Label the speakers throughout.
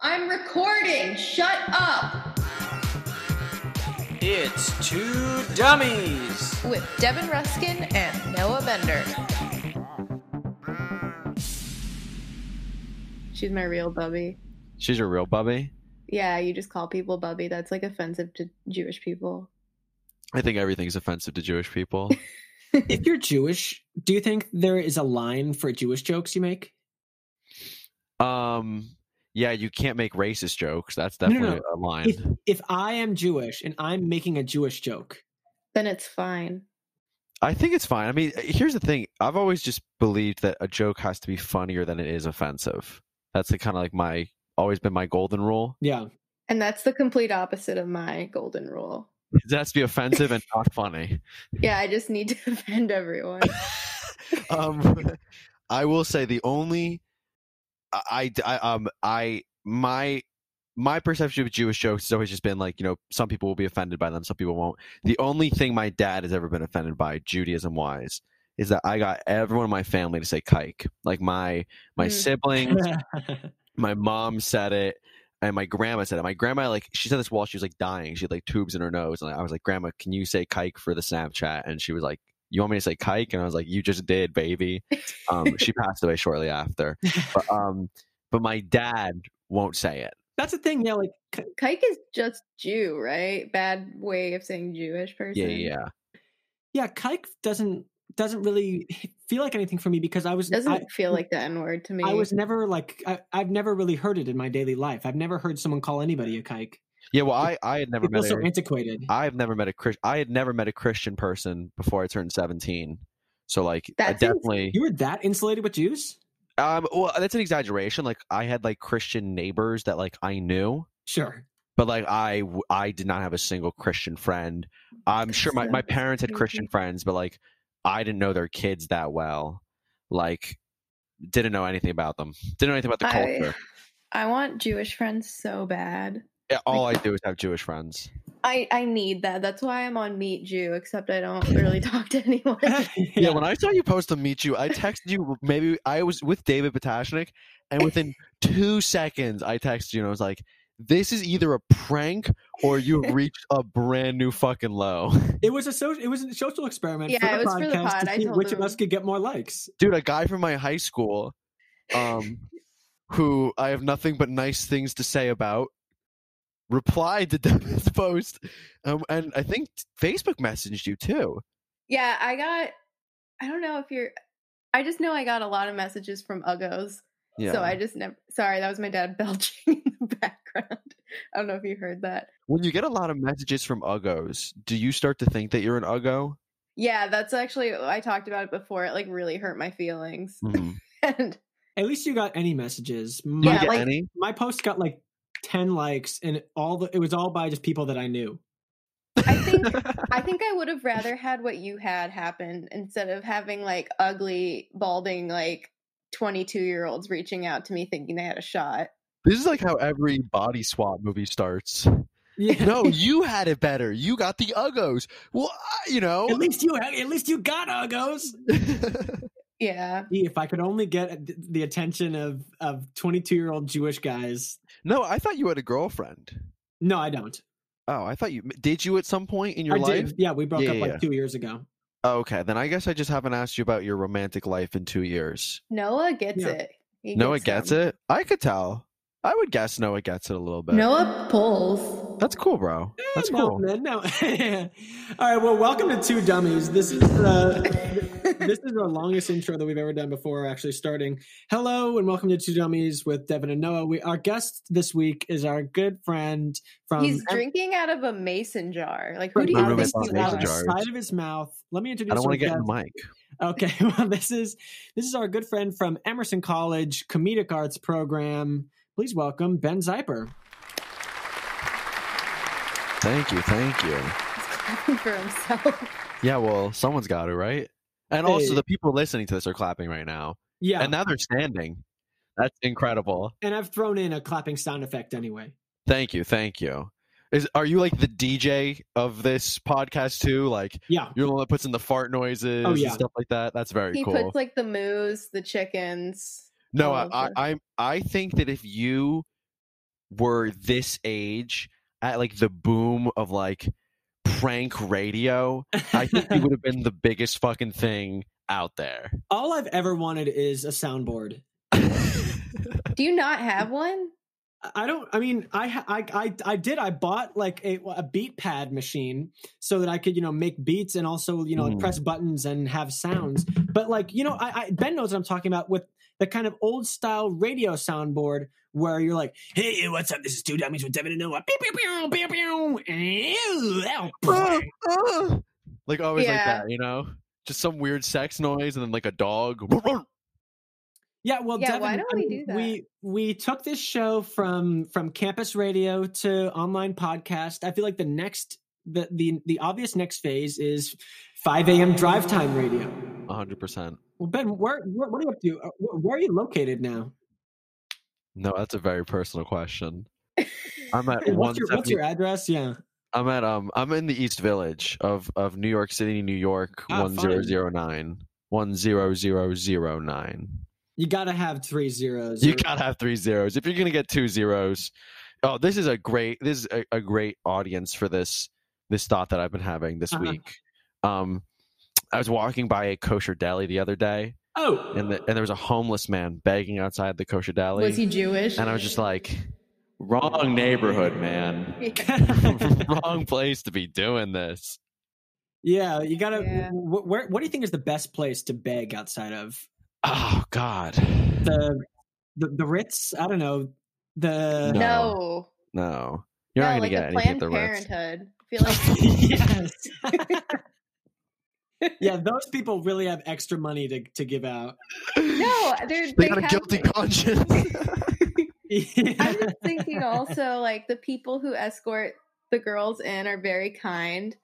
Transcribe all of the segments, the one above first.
Speaker 1: I'm recording. Shut up.
Speaker 2: It's two dummies.
Speaker 3: with Devin Ruskin and Noah Bender.
Speaker 1: She's my real bubby.
Speaker 4: She's a real bubby.
Speaker 1: Yeah, you just call people bubby. That's like offensive to Jewish people.
Speaker 4: I think everything's offensive to Jewish people.
Speaker 5: if you're Jewish, do you think there is a line for Jewish jokes you make?
Speaker 4: um, yeah, you can't make racist jokes. That's
Speaker 5: No, no,
Speaker 4: definitely a line.
Speaker 5: If if I am Jewish and I'm making a Jewish joke,
Speaker 1: Then it's fine.
Speaker 4: I think it's fine. I mean, here's the thing. I've always just believed that a joke has to be funnier than it is offensive. That's the kind of like my always been my golden rule.
Speaker 5: yeah,
Speaker 1: And that's the complete opposite of my golden rule.
Speaker 4: It has to be offensive and not funny.
Speaker 1: Yeah, I just need to offend everyone.
Speaker 4: um, I will say the only I, I I- um I my my perception of Jewish jokes has always just been like you know some people will be offended by them, some people won't. The only thing my dad has ever been offended by Judaism wise is that I got everyone in my family to say kike. Like my my
Speaker 1: Mm.
Speaker 4: siblings, my mom said it and my grandma said it. My grandma like she said this while she was like dying. She had like tubes in her nose, and I was like, "Grandma, can you say kike for the Snapchat?" And she was like, "You want me to say kike?" And I was like, "You just did, baby." Um, she passed away shortly after, but um, but my dad won't say it.
Speaker 5: that's the thing. Yeah, like k-
Speaker 1: Kike is just Jew, right? Bad way of saying Jewish person.
Speaker 4: Yeah, yeah, yeah.
Speaker 5: yeah, kike doesn't doesn't really feel like anything for me because I was
Speaker 1: Doesn't
Speaker 5: I,
Speaker 1: feel like the N word to me.
Speaker 5: I was never like I, I've never really heard it in my daily life. I've never heard someone call anybody a kike.
Speaker 4: Yeah, well, I I had never
Speaker 5: It
Speaker 4: met.
Speaker 5: feels so
Speaker 4: A,
Speaker 5: antiquated.
Speaker 4: I've never met a Chris. I had never met a Christian person before I turned seventeen. So like, I
Speaker 1: That seems-
Speaker 4: definitely.
Speaker 5: You were that insulated with Jews?
Speaker 4: Um, well, that's an exaggeration. Like, I had like Christian neighbors that like I knew.
Speaker 5: Sure.
Speaker 4: but like I, w- I did not have a single Christian friend. I'm sure my, my
Speaker 1: That's
Speaker 4: parents had Christian
Speaker 1: crazy.
Speaker 4: friends, but like I didn't know their kids that well. Like, didn't know anything about them. Didn't know anything about the
Speaker 1: I-
Speaker 4: culture.
Speaker 1: I want Jewish friends so bad.
Speaker 4: Yeah, All I do is have Jewish friends.
Speaker 1: I I need that. That's why I'm on Meet Jew. Except I don't really talk to anyone.
Speaker 4: Yeah. when I saw you post to meet you, I texted you. Maybe I was with David Patashnik, and within two seconds, I texted you and I was like, "This is either a prank or you have reached a brand new fucking low."
Speaker 5: It was a social. It was a social experiment
Speaker 1: Yeah,
Speaker 5: for the
Speaker 1: it was for
Speaker 5: podcast
Speaker 1: the pod.
Speaker 5: to
Speaker 1: I
Speaker 5: see
Speaker 1: told
Speaker 5: which
Speaker 1: them.
Speaker 5: of us could get more likes.
Speaker 4: dude, a guy from my high school, um, who I have nothing but nice things to say about, replied to Devin's post, um, and I think Facebook messaged you too.
Speaker 1: yeah, I got. I don't know if you're. I just know I got a lot of messages from Uggos. So I just never. Sorry, that was my dad belching in the background. I don't know if you heard that.
Speaker 4: when you get a lot of messages from uggos, do you start to think that you're an uggo?
Speaker 1: Yeah, that's actually uh, I talked about it before. It like really hurt my feelings.
Speaker 4: Mm.
Speaker 1: and
Speaker 5: At least you got any messages.
Speaker 4: Do
Speaker 5: My,
Speaker 4: you
Speaker 1: Yeah,
Speaker 4: get
Speaker 1: like-
Speaker 4: any?
Speaker 5: my post got like ten likes, and all the it was all by just people that I knew.
Speaker 1: I think I think I would have rather had what you had happen instead of having like ugly, balding, like 22 year olds reaching out to me thinking they had a shot.
Speaker 4: This is like how every body swap movie starts.
Speaker 5: Yeah.
Speaker 4: No, you had it better. You got the uggos. Well, I, you know.
Speaker 5: At least you had, at least you got uggos.
Speaker 1: Yeah.
Speaker 5: Gee, If I could only get th- the attention of of twenty two year old Jewish guys.
Speaker 4: no, I thought you had a girlfriend.
Speaker 5: No, I don't.
Speaker 4: Oh, I thought you did you at some point in your
Speaker 5: I
Speaker 4: life?
Speaker 5: did. Yeah, we broke
Speaker 4: Yeah,
Speaker 5: up
Speaker 4: yeah,
Speaker 5: like
Speaker 4: yeah.
Speaker 5: two years ago.
Speaker 4: Okay, then I guess I just haven't asked you about your romantic life in two years.
Speaker 1: Noah gets
Speaker 5: Yeah.
Speaker 1: it. He
Speaker 4: Noah gets
Speaker 1: some.
Speaker 4: it. I could tell. I would guess Noah gets it a little bit.
Speaker 1: Noah pulls.
Speaker 4: that's cool, bro. That's
Speaker 5: Eh, no,
Speaker 4: cool.
Speaker 5: man, no. All right. Well, welcome to Two Dummies. This is the this is our longest intro that we've ever done before actually starting. Hello and welcome to Two Dummies with Devin and Noah. We our guest this week is our good friend
Speaker 4: Um,
Speaker 5: from
Speaker 1: He's drinking out of a mason jar. Like who
Speaker 5: from
Speaker 1: do
Speaker 4: My
Speaker 1: you
Speaker 4: roommate's
Speaker 1: think
Speaker 4: on
Speaker 5: out
Speaker 1: you
Speaker 4: mason
Speaker 1: are?
Speaker 4: jar. jars.
Speaker 5: side of his mouth. Let me introduce.
Speaker 4: I don't want
Speaker 5: our
Speaker 4: to get in
Speaker 5: guest.
Speaker 4: the mic.
Speaker 5: Okay, well, this is this is our good friend from Emerson College Comedic Arts Program. Please welcome Ben Zeiper.
Speaker 4: Thank you, thank you.
Speaker 1: He's clapping for himself.
Speaker 4: Yeah, well, someone's got to, right? And also,
Speaker 5: Hey.
Speaker 4: the people listening to this are clapping right now,
Speaker 5: Yeah,
Speaker 4: and now they're standing. That's incredible.
Speaker 5: and I've thrown in a clapping sound effect anyway.
Speaker 4: Thank you, thank you. Is are you like the DJ of this podcast too? Like
Speaker 5: Yeah,
Speaker 4: you're the one that puts in the fart noises
Speaker 5: Oh, yeah.
Speaker 4: and stuff like that. That's very
Speaker 1: He
Speaker 4: cool.
Speaker 1: puts like the moose, the chickens.
Speaker 5: Oh,
Speaker 4: No,
Speaker 1: all
Speaker 4: I,
Speaker 1: of
Speaker 4: I,
Speaker 1: the-
Speaker 4: I, I think that if you were this age at like the boom of like prank radio, I think it would have been the biggest fucking thing out there.
Speaker 5: All I've ever wanted is a soundboard.
Speaker 1: Do you not have one?
Speaker 5: I don't. I mean, I ha- I I, I did. I bought like a, a beat pad machine so that I could you know make beats and also you know like,
Speaker 4: Mm.
Speaker 5: press buttons and have sounds. But like you know, I, I Ben knows what I'm talking about with the kind of old style radio soundboard where you're like, hey, what's up? This is two dummies with Devin and Noah. Pew, pew, pew, pew, pew. Ew, ow. ah.
Speaker 4: like always like
Speaker 1: Yeah.
Speaker 4: that, you know? Just some weird sex noise and then like a dog.
Speaker 5: Yeah, well,
Speaker 1: Yeah,
Speaker 5: Devin,
Speaker 1: why don't
Speaker 5: I
Speaker 1: we
Speaker 5: mean,
Speaker 1: do that?
Speaker 5: We we took this show from from campus radio to online podcast. I feel like the next the the the obvious next phase is 5 a.m. drive time radio.
Speaker 4: 100%.
Speaker 5: Well, Ben, where, where what are you up to? Uh, Where, where are you located now?
Speaker 4: No, that's a very personal question. I'm at
Speaker 5: What's
Speaker 4: one.
Speaker 5: your, what's your address? Yeah,
Speaker 4: I'm at um. I'm in the East Village of of New York City, New York.
Speaker 5: Ah,
Speaker 4: One zero zero nine. One zero zero zero nine.
Speaker 5: you gotta have three zeros.
Speaker 4: You
Speaker 5: or-
Speaker 4: gotta have three zeros. If you're gonna get two zeros, oh, this is a great this is a, a great audience for this this thought that I've been having this
Speaker 5: Uh-huh.
Speaker 4: week. Um, I was walking by a kosher deli the other day,
Speaker 5: oh,
Speaker 4: and the, and there was a homeless man begging outside the kosher deli,
Speaker 1: Was he Jewish?
Speaker 4: and I was just like, "Wrong neighborhood, man. Wrong place to be doing this."
Speaker 5: yeah, you gotta.
Speaker 1: Yeah.
Speaker 5: Wh- where, what do you think is the best place to beg outside of
Speaker 4: Oh God,
Speaker 5: the the, the Ritz? I don't know the.
Speaker 4: No.
Speaker 1: no.
Speaker 4: no, you're
Speaker 1: no,
Speaker 4: not gonna
Speaker 1: like
Speaker 4: get
Speaker 1: the
Speaker 4: anything at
Speaker 1: Planned
Speaker 4: the Ritz.
Speaker 1: Parenthood. I feel like
Speaker 5: yes. yeah, those people really have extra money to, to give out.
Speaker 1: no, they're,
Speaker 4: They
Speaker 1: they
Speaker 4: got a
Speaker 1: have-
Speaker 4: guilty conscience.
Speaker 1: I'm just thinking also like the people who escort the girls in are very kind.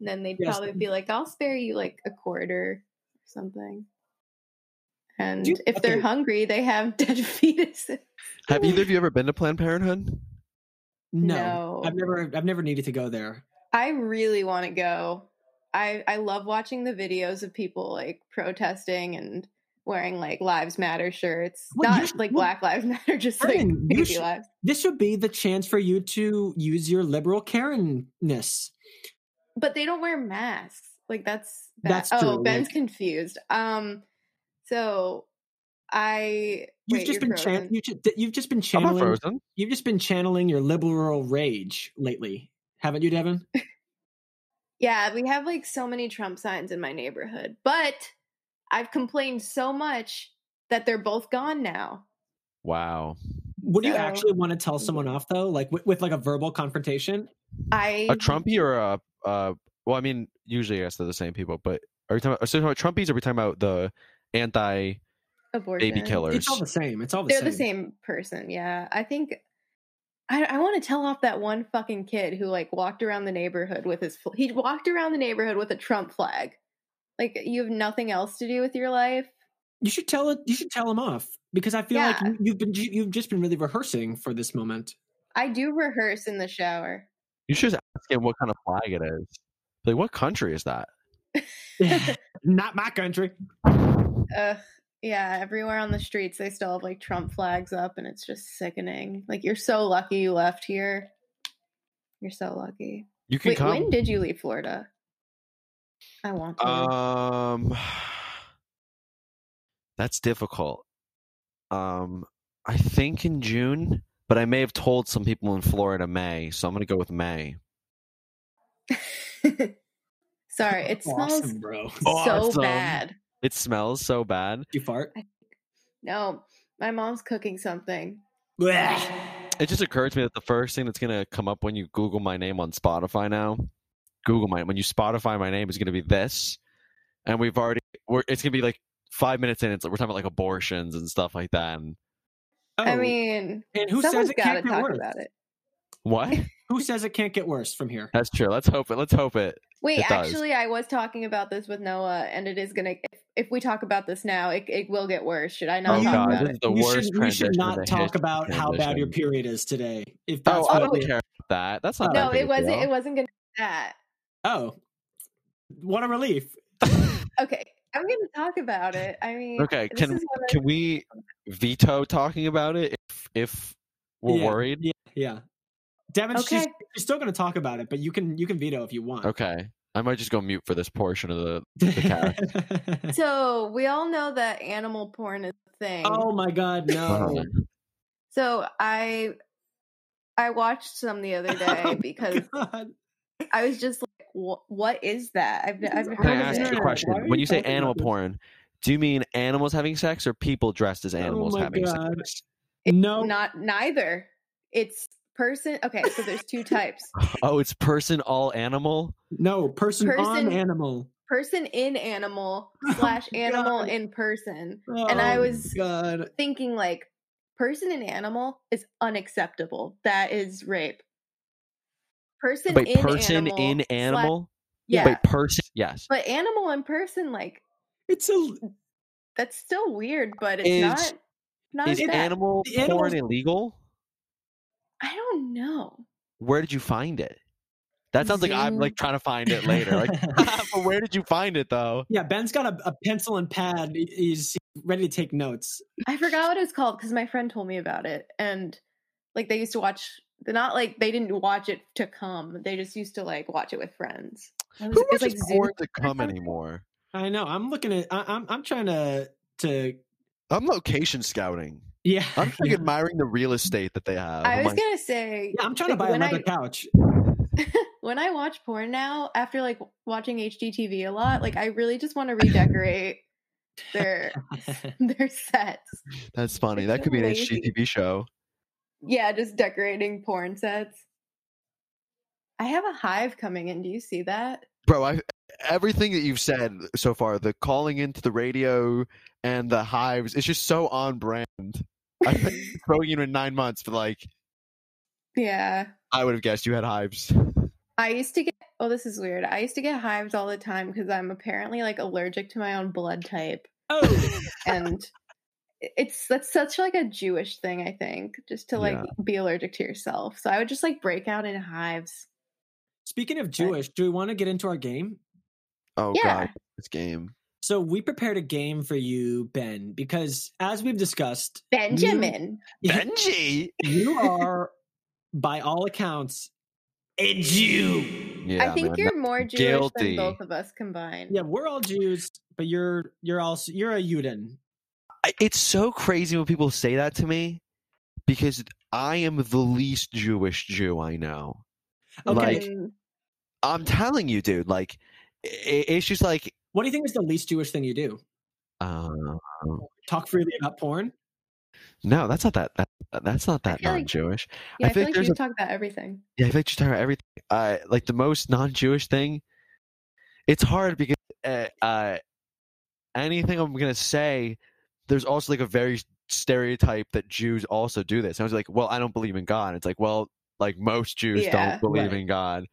Speaker 1: And then they'd
Speaker 5: Yes.
Speaker 1: probably be like, I'll spare you like a quarter or something. And
Speaker 5: You-
Speaker 1: if they're
Speaker 5: okay.
Speaker 1: hungry, they have dead fetuses.
Speaker 4: Have either of you ever been to Planned Parenthood?
Speaker 5: no,
Speaker 1: No.
Speaker 5: I've never I've never needed to go there.
Speaker 1: I really want to go. I I love watching the videos of people like protesting and wearing like Lives Matter shirts.
Speaker 5: Well, you
Speaker 1: Not
Speaker 5: should-
Speaker 1: like
Speaker 5: well,
Speaker 1: Black Lives Matter, just like
Speaker 5: Brennan, you
Speaker 1: baby
Speaker 5: should-
Speaker 1: lives.
Speaker 5: This would be the chance for you to use your liberal Karenness.
Speaker 1: But they don't wear masks. Like that's ba-
Speaker 5: That's
Speaker 1: Oh,
Speaker 5: true,
Speaker 1: Ben's
Speaker 5: like-
Speaker 1: confused. Um, so I
Speaker 5: You've
Speaker 1: wait,
Speaker 5: just
Speaker 1: you're
Speaker 5: been chan-
Speaker 1: frozen.
Speaker 5: you ju- you've just been
Speaker 4: I'm not
Speaker 5: channeling
Speaker 4: frozen.
Speaker 5: you've just been channeling your liberal rage lately, haven't you, Devin?
Speaker 1: Yeah, we have like so many Trump signs in my neighborhood, but I've complained so much that they're both gone now.
Speaker 4: Wow.
Speaker 5: Would you
Speaker 1: So-
Speaker 5: actually want to tell someone off though, like with, with like a verbal confrontation?
Speaker 1: I
Speaker 4: A Trumpy or a uh well, I mean, usually I guess they're the same people, but are we talking about, so talking about Trumpies or are we talking about the anti
Speaker 1: abortion
Speaker 4: baby killers?
Speaker 5: It's all the same. It's all the
Speaker 1: They're
Speaker 5: same.
Speaker 1: the same person. Yeah. I think I, I want to tell off that one fucking kid who like walked around the neighborhood with his, fl- he walked around the neighborhood with a Trump flag. Like you have nothing else to do with your life.
Speaker 5: You should tell it. You should tell him off because I feel like
Speaker 1: Yeah.
Speaker 5: you- you've been you- you've just been really rehearsing for this moment.
Speaker 1: I do rehearse in the shower.
Speaker 4: You should just ask him what kind of flag it is. Like what country is that?
Speaker 5: Not my country.
Speaker 1: Ugh. Yeah. Everywhere on the streets, they still have like Trump flags up and it's just sickening. Like you're so lucky you left here. You're so lucky.
Speaker 4: You can
Speaker 1: Wait,
Speaker 4: come
Speaker 1: when did you leave Florida? I want to. know.
Speaker 4: Um, that's difficult. Um, I think in June, but I may have told some people in Florida May, so I'm gonna go with May.
Speaker 1: Sorry, it smells
Speaker 5: awesome, bro.
Speaker 1: so
Speaker 4: Awesome.
Speaker 1: bad.
Speaker 4: It smells so bad.
Speaker 5: You fart.
Speaker 1: No, my mom's cooking something.
Speaker 5: Blech.
Speaker 4: It just occurred to me that the first thing that's gonna come up when you Google my name on Spotify now, Google my when you Spotify my name is gonna be this, and we've already we're it's gonna be like five minutes in. It's like we're talking about like abortions and stuff like that. And
Speaker 1: I
Speaker 5: Oh,
Speaker 1: mean,
Speaker 5: and who says
Speaker 1: someone's
Speaker 5: it
Speaker 1: got to
Speaker 5: can't get
Speaker 1: talk
Speaker 5: worse?
Speaker 1: about it.
Speaker 4: what?
Speaker 5: Who says it can't get worse from here?
Speaker 4: that's true. Let's hope it. Let's hope it.
Speaker 1: Wait,
Speaker 4: It does.
Speaker 1: actually, I was talking about this with Noah, and it is gonna. If, if we talk about this now, it, it will get worse. Should I not
Speaker 4: Oh
Speaker 1: talk
Speaker 4: god,
Speaker 1: about
Speaker 4: this
Speaker 1: it?
Speaker 4: is the
Speaker 5: you
Speaker 4: worst
Speaker 5: should, you should
Speaker 4: transition
Speaker 5: not
Speaker 4: in the
Speaker 5: talk
Speaker 4: history
Speaker 5: about how bad your
Speaker 4: transition.
Speaker 5: period is today. If that's
Speaker 4: Oh, I
Speaker 5: what
Speaker 4: don't
Speaker 5: it-
Speaker 4: care about that. That's not.
Speaker 5: No,
Speaker 4: that
Speaker 1: No,
Speaker 4: big
Speaker 1: it
Speaker 4: a
Speaker 1: wasn't. It
Speaker 4: deal.
Speaker 1: wasn't gonna be that.
Speaker 5: oh, what a relief!
Speaker 1: Okay, I'm gonna talk about it. I mean,
Speaker 4: Okay,
Speaker 1: this
Speaker 4: can
Speaker 1: is what I-
Speaker 4: can we veto talking about it if if we're
Speaker 5: Yeah,
Speaker 4: worried?
Speaker 5: yeah. Yeah. Devin, she's,
Speaker 1: Okay.
Speaker 5: she's still going to talk about it, but you can you can veto if you want.
Speaker 4: Okay. I might just go mute for this portion of the. cat.
Speaker 1: So we all know that animal porn is a thing.
Speaker 5: oh my God, no!
Speaker 1: So I I watched some the other
Speaker 4: Oh,
Speaker 1: day because
Speaker 5: God.
Speaker 1: I was just like, "Wh- what is that? I've, I've
Speaker 5: Can
Speaker 1: heard
Speaker 4: Can I
Speaker 1: of it.
Speaker 4: ask you a
Speaker 5: Yeah,
Speaker 4: question?
Speaker 5: why are
Speaker 4: When
Speaker 5: you
Speaker 4: you say
Speaker 5: talking about
Speaker 4: animal
Speaker 5: this?
Speaker 4: porn, do you mean animals having sex or people dressed as animals
Speaker 5: Oh my
Speaker 4: having
Speaker 5: God.
Speaker 4: sex?
Speaker 5: No,
Speaker 1: Not neither. It's person. Okay, so there's two types:
Speaker 4: Oh, it's person all animal.
Speaker 5: no, person, on
Speaker 1: Person-
Speaker 5: animal.
Speaker 1: person in animal
Speaker 4: Oh
Speaker 1: slash animal
Speaker 5: God.
Speaker 1: in person. And I
Speaker 5: Oh,
Speaker 1: was-
Speaker 5: God.
Speaker 1: Thinking like person in animal is unacceptable. That is rape. Person
Speaker 4: Wait,
Speaker 1: in
Speaker 4: person
Speaker 1: animal
Speaker 4: in
Speaker 1: slash-
Speaker 4: animal.
Speaker 1: yeah,
Speaker 4: Wait, person. Yes.
Speaker 1: but animal in person like
Speaker 5: It's a
Speaker 1: that's still weird, but it's
Speaker 4: Is-
Speaker 1: not. Not
Speaker 4: Is
Speaker 1: as bad.
Speaker 4: animal
Speaker 5: The
Speaker 4: porn
Speaker 5: animals-
Speaker 4: illegal?
Speaker 1: I don't know.
Speaker 4: Where did you find it? That sounds like I'm
Speaker 1: Zoo.
Speaker 4: like trying to find it later. Like, but where did you find it though?
Speaker 5: yeah. Ben's got a, a pencil and pad. He- He's ready to take notes.
Speaker 1: I forgot what it was called because my friend told me about it, and like they used to watch. They're not like they didn't watch it to come. They just used to like watch it with friends. It was-
Speaker 4: Who
Speaker 1: it's
Speaker 4: watches
Speaker 1: like Zoo-
Speaker 4: porn to come
Speaker 1: something?
Speaker 4: anymore?
Speaker 5: I know. I'm looking at. I, I'm. I'm trying to. To.
Speaker 4: I'm location scouting.
Speaker 5: Yeah.
Speaker 4: I'm just like, admiring the real estate that they have.
Speaker 1: I
Speaker 4: I'm
Speaker 1: was
Speaker 4: like,
Speaker 1: gonna say
Speaker 5: Yeah, I'm trying to buy
Speaker 1: Like, when
Speaker 5: another
Speaker 1: I-
Speaker 5: couch.
Speaker 1: when I watch porn now, after like watching HGTV a lot, like I really just want to redecorate
Speaker 4: Oh,
Speaker 1: their their sets.
Speaker 4: That's funny.
Speaker 1: It's
Speaker 4: That
Speaker 1: so
Speaker 4: could be an
Speaker 1: lazy.
Speaker 4: HGTV show.
Speaker 1: Yeah, just decorating porn sets. I have a hive coming in. Do you see that?
Speaker 4: Bro, I everything that you've said so far, the calling into the radio and the hives, it's just so on brand. I've been throwing you in nine months, but like
Speaker 1: Yeah.
Speaker 4: I would have guessed you had hives.
Speaker 1: I used to get oh this is weird. I used to get hives all the time because I'm apparently like allergic to my own blood type
Speaker 5: oh,
Speaker 1: and it's that's such like a Jewish thing I think just to like
Speaker 4: Yeah.
Speaker 1: be allergic to yourself. So I would just like break out in hives.
Speaker 5: speaking of Jewish, do we want to get into our game?
Speaker 4: Oh
Speaker 1: Yeah.
Speaker 4: god, this game.
Speaker 5: So we prepared a game for you, Ben, because as we've discussed,
Speaker 4: Mm-hmm.
Speaker 1: Benjamin.
Speaker 4: Benji.
Speaker 5: you are, by all accounts, a Jew.
Speaker 4: Yeah,
Speaker 1: I think
Speaker 4: man,
Speaker 1: you're more Jewish than
Speaker 4: guilty.
Speaker 1: both of us combined.
Speaker 5: Yeah, we're all Jews, but you're you're also you're a Yudin.
Speaker 4: I- it's so crazy when people say that to me because I am the least Jewish Jew I know.
Speaker 5: Okay,
Speaker 4: Like-
Speaker 1: Mm,
Speaker 4: I'm telling you, dude. Like, i- i- it's just like,
Speaker 5: what do you think is the least Jewish thing you do?
Speaker 4: uh,
Speaker 5: Talk freely about porn.
Speaker 4: no, that's not that. that that's not that
Speaker 1: feel like-
Speaker 4: non-Jewish.
Speaker 1: yeah, I,
Speaker 4: think
Speaker 1: feel like
Speaker 4: there's
Speaker 1: you
Speaker 4: a-
Speaker 1: talk about everything.
Speaker 4: Yeah, I feel like you're talking about everything. Uh, like the most non-Jewish thing. It's hard because uh, uh, anything I'm gonna say, there's also like a very stereotype that Jews also do this. And I was like, well, I don't believe in God. It's like, well, like most Jews
Speaker 1: Yeah,
Speaker 4: don't believe
Speaker 5: right.
Speaker 4: in God.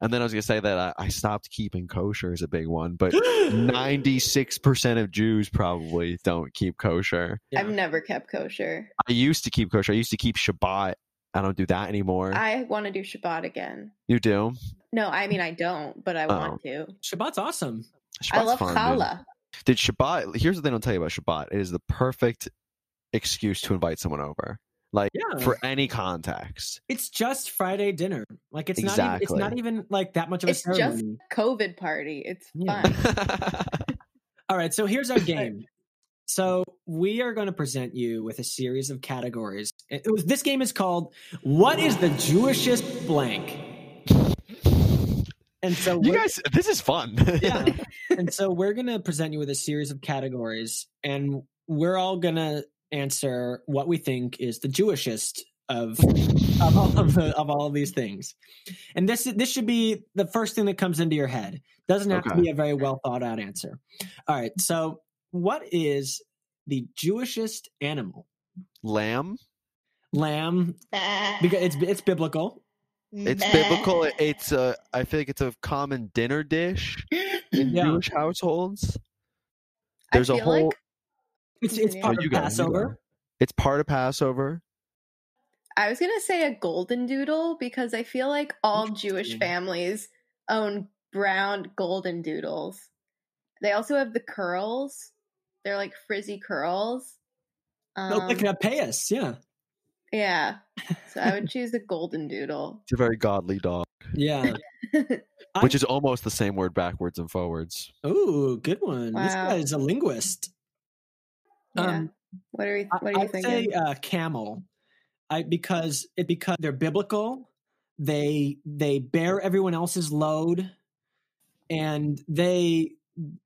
Speaker 4: And then I was gonna say that I, I stopped keeping kosher is a big one, but 96% of Jews probably don't keep kosher.
Speaker 5: Yeah.
Speaker 1: I've never kept kosher.
Speaker 4: I used to keep kosher. I used to keep Shabbat. I don't do that anymore.
Speaker 1: I want to do Shabbat again.
Speaker 4: you do?
Speaker 1: No, I mean I don't, but I want to.
Speaker 5: Chabbat's awesome.
Speaker 1: I
Speaker 4: Oh, Shabbat's
Speaker 1: love
Speaker 4: fun, dude.
Speaker 1: challah.
Speaker 4: Did Shabbat? Here's the thing I'll tell you about Shabbat. It is the perfect excuse to invite someone over, like
Speaker 5: Yeah.
Speaker 4: for any context.
Speaker 5: It's just Friday dinner. Like it's not. Even, it's not
Speaker 4: Exactly.
Speaker 5: even like that much of a
Speaker 1: It's just-
Speaker 5: ceremony.
Speaker 1: COVID party. It's
Speaker 5: Yeah.
Speaker 1: fun.
Speaker 5: All right, so here's our game. So we are going to present you with a series of categories. It it was, this game is called "What is the Jewishest Blank?" And so
Speaker 4: you
Speaker 5: we're-
Speaker 4: guys, this is fun.
Speaker 5: yeah. and so we're going to present you with a series of categories, and we're all going to answer what we think is the Jewishest of of all of, the, of all of these things. And this this should be the first thing that comes into your head. Doesn't have
Speaker 4: Okay.
Speaker 5: to be a very well thought out answer. All right. So, what is the Jewishest animal?
Speaker 4: Lamb.
Speaker 5: Lamb, because it's it's biblical.
Speaker 4: It's biblical. It- It's a. I feel like it's a common dinner dish in
Speaker 5: Yeah.
Speaker 4: Jewish households.
Speaker 1: I
Speaker 4: There's a
Speaker 1: feel
Speaker 4: whole.
Speaker 1: like
Speaker 5: It's it's
Speaker 1: Oh,
Speaker 5: part of
Speaker 4: you go, you go.
Speaker 5: Passover.
Speaker 4: It's part of Passover.
Speaker 1: I was gonna say a golden doodle because I feel like all Jewish
Speaker 5: Interesting.
Speaker 1: families own brown golden doodles. They also have the curls. They're like frizzy curls.
Speaker 5: Like a
Speaker 1: Um,
Speaker 5: payas, yeah.
Speaker 1: Yeah. So I would choose a golden doodle.
Speaker 4: It's a very godly dog,
Speaker 5: Yeah. I-
Speaker 4: which is almost the same word backwards and forwards.
Speaker 5: Oh, good one. This
Speaker 1: Wow.
Speaker 5: guy is a linguist.
Speaker 1: Yeah.
Speaker 5: Um,
Speaker 1: what are we
Speaker 5: I-
Speaker 1: what are you
Speaker 5: I'd say
Speaker 1: thinking?
Speaker 5: uh, camel, I because it because they're biblical. They they bear everyone else's load, and they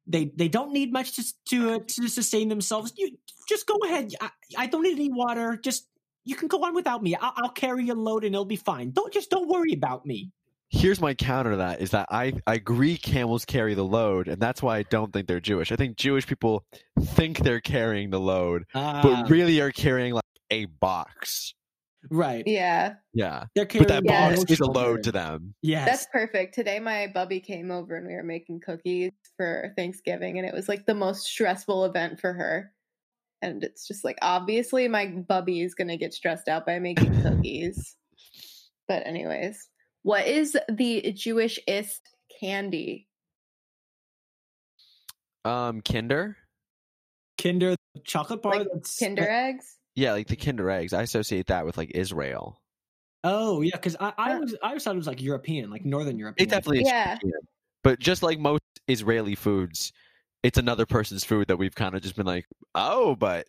Speaker 5: they they don't need much to s- to uh, to sustain themselves. You just go ahead. I, I don't need any water. Just you can go on without me. I'll, I'll carry your load, and it'll be fine. Don't just don't worry about me.
Speaker 4: Here's my counter to that: is that I, I agree camels carry the load, and that's why I don't think they're Jewish. I think Jewish people think they're carrying the load,
Speaker 1: Ah.
Speaker 5: Ah,
Speaker 4: but really are carrying like a box.
Speaker 5: right.
Speaker 1: yeah.
Speaker 4: Yeah,
Speaker 5: They're
Speaker 4: but
Speaker 5: carrying
Speaker 4: that
Speaker 1: Yeah.
Speaker 4: box is a load to
Speaker 5: that.
Speaker 4: them.
Speaker 5: Yes.
Speaker 1: That's perfect. Today my bubby came over and we were making cookies for Thanksgiving and it was like the most stressful event for her. And it's just like obviously my bubby is gonna get stressed out by making cookies. But anyways, what is the Jewishest candy?
Speaker 4: Um, Kinder.
Speaker 5: Kinder chocolate bar.
Speaker 1: Like
Speaker 5: that's-
Speaker 1: Kinder eggs?
Speaker 4: Yeah, like the Kinder eggs. I associate that with like Israel.
Speaker 5: Oh yeah, because I, I
Speaker 1: Uh,
Speaker 5: was I always thought it was like European, like Northern European.
Speaker 4: It definitely is.
Speaker 1: Yeah.
Speaker 4: European. But just like most Israeli foods, it's another person's food that we've kind of just been like, oh, but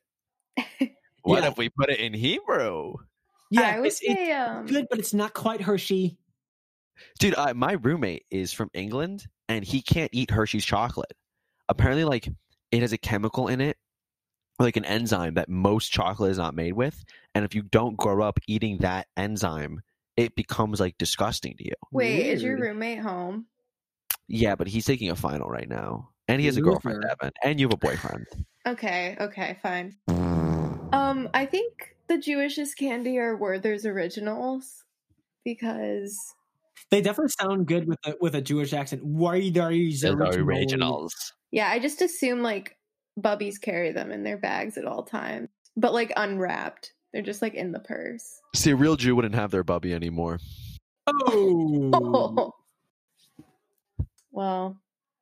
Speaker 4: what
Speaker 5: Yeah.
Speaker 4: if we put it in Hebrew?
Speaker 5: yeah,
Speaker 1: I would
Speaker 5: it's, it's
Speaker 1: say um,
Speaker 5: good, but it's not quite Hershey.
Speaker 4: Dude, I, my roommate is from England and he can't eat Hershey's chocolate. Apparently, like, it has a chemical in it, like an enzyme that most chocolate is not made with. And if you don't grow up eating that enzyme, it becomes like disgusting to you.
Speaker 1: Wait, is your
Speaker 5: Weird.
Speaker 1: roommate home?
Speaker 4: Yeah, but he's taking a final right now. And he has a
Speaker 5: Loser.
Speaker 4: girlfriend, Evan. And you have a boyfriend.
Speaker 1: Okay, okay, fine. Um, I think the Jewishest candy are Werther's originals because
Speaker 5: They definitely sound good with a with a Jewish accent. Warriors original.
Speaker 1: yeah, I just assume like bubbies carry them in their bags at all times, but like unwrapped. They're just like in the purse.
Speaker 4: See, a real Jew wouldn't have their bubby anymore.
Speaker 5: Oh,
Speaker 1: Oh. Well,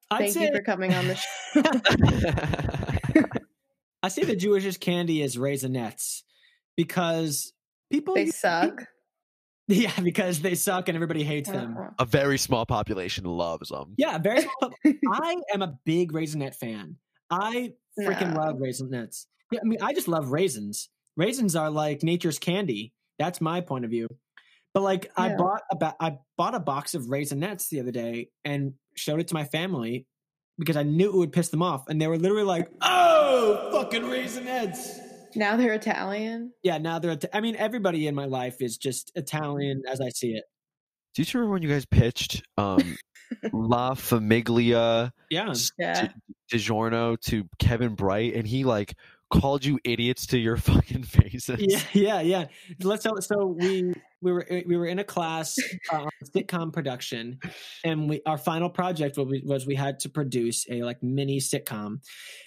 Speaker 5: I'd
Speaker 1: thank
Speaker 5: say
Speaker 1: you for coming on the show.
Speaker 5: I say the Jewishest candy is raisinettes because people
Speaker 1: They suck.
Speaker 5: Yeah, because they suck and everybody hates them.
Speaker 1: Uh-uh.
Speaker 4: a very small population loves them.
Speaker 5: Yeah, very. small- I am a big raisinette fan. I freaking
Speaker 1: No.
Speaker 5: love raisinets. Yeah, I mean, I just love raisins. Raisins are like nature's candy. That's my point of view. But like, I
Speaker 1: Yeah.
Speaker 5: bought a ba- I bought a box of raisinets the other day and showed it to my family because I knew it would piss them off, and they were literally like, "Oh, fucking raisinets."
Speaker 1: Now they're Italian.
Speaker 5: Yeah, now they're. Ita- I mean, everybody in my life is just Italian as I see it.
Speaker 4: Do you two remember when you guys pitched um, La Famiglia
Speaker 5: Oh, Yeah,
Speaker 4: s-
Speaker 1: Yeah.
Speaker 4: Di- DiGiorno to Kevin Bright, and he like called you idiots to your fucking faces?
Speaker 5: yeah, yeah, yeah. Let's so, so we we were eh, we were in a class uh, on sitcom production, and we our final project was we, was we had to produce a like mini sitcom,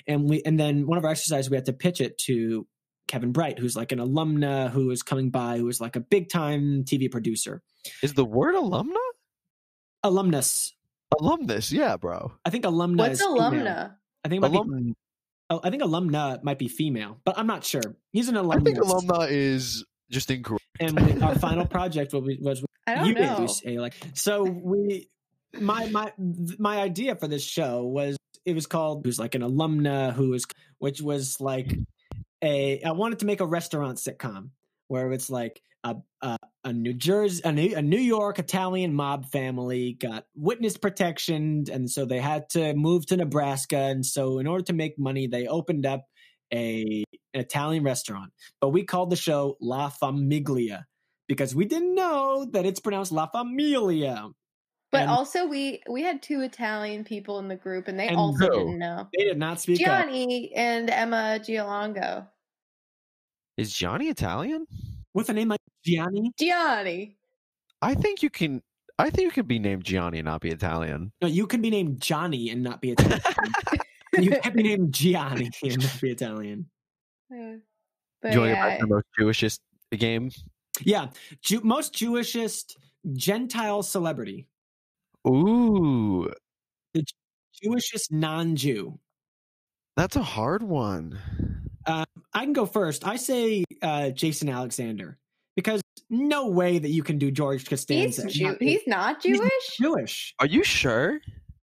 Speaker 5: and we and then one of our exercises we had to pitch it to Kevin Bright, who's like an alumna who is coming by, who is like a big time TV producer,
Speaker 4: Is the word alumna?
Speaker 5: alumnus.
Speaker 4: Alumnus, yeah, bro.
Speaker 5: I think alumna.
Speaker 1: What's
Speaker 5: is female.
Speaker 1: alumna?
Speaker 5: I think it might be,
Speaker 4: Alum-
Speaker 5: oh, I think alumna might be female, but I'm not sure. He's an
Speaker 4: I
Speaker 5: alumnus.
Speaker 4: think alumna is just incorrect.
Speaker 5: and we, our final project was we, was
Speaker 1: I don't
Speaker 5: you
Speaker 1: know.
Speaker 5: introduce a like so we my my th- my idea for this show was it was called who's like an alumna who is which was like a i wanted to make a restaurant sitcom where it's like a a, a new jersey a new, a new york italian mob family got witness protection and so they had to move to nebraska and so in order to make money they opened up a an italian restaurant but we called the show la famiglia because we didn't know that it's pronounced La Familia.
Speaker 1: But
Speaker 5: And-
Speaker 1: also, we we had two Italian people in the group, and they
Speaker 5: And
Speaker 1: also
Speaker 4: who?
Speaker 1: didn't know
Speaker 5: They did not speak up.
Speaker 1: Gianni and Emma Giolongo.
Speaker 4: Is Johnny Italian?
Speaker 5: With a name like Gianni,
Speaker 1: Gianni.
Speaker 4: I think you can. I think you can be named Gianni and not be Italian.
Speaker 5: no, you can be named Johnny and not be Italian. you can't be named Gianni and not be Italian.
Speaker 1: Uh,
Speaker 4: Do
Speaker 1: But
Speaker 4: you want to get
Speaker 1: yeah,
Speaker 4: back to the
Speaker 5: uh
Speaker 4: most Jewishest game?
Speaker 5: Yeah, Jew- most Jewishest Gentile celebrity,
Speaker 4: Ooh,
Speaker 5: Jewishest non-Jew.
Speaker 4: that's a hard one.
Speaker 5: I can go first. I say uh, Jason Alexander because no way that you can do George
Speaker 1: He's
Speaker 5: Costanza. and
Speaker 1: Jew-
Speaker 5: not be
Speaker 1: he's not Jewish.
Speaker 5: Jewish.
Speaker 4: Are you sure?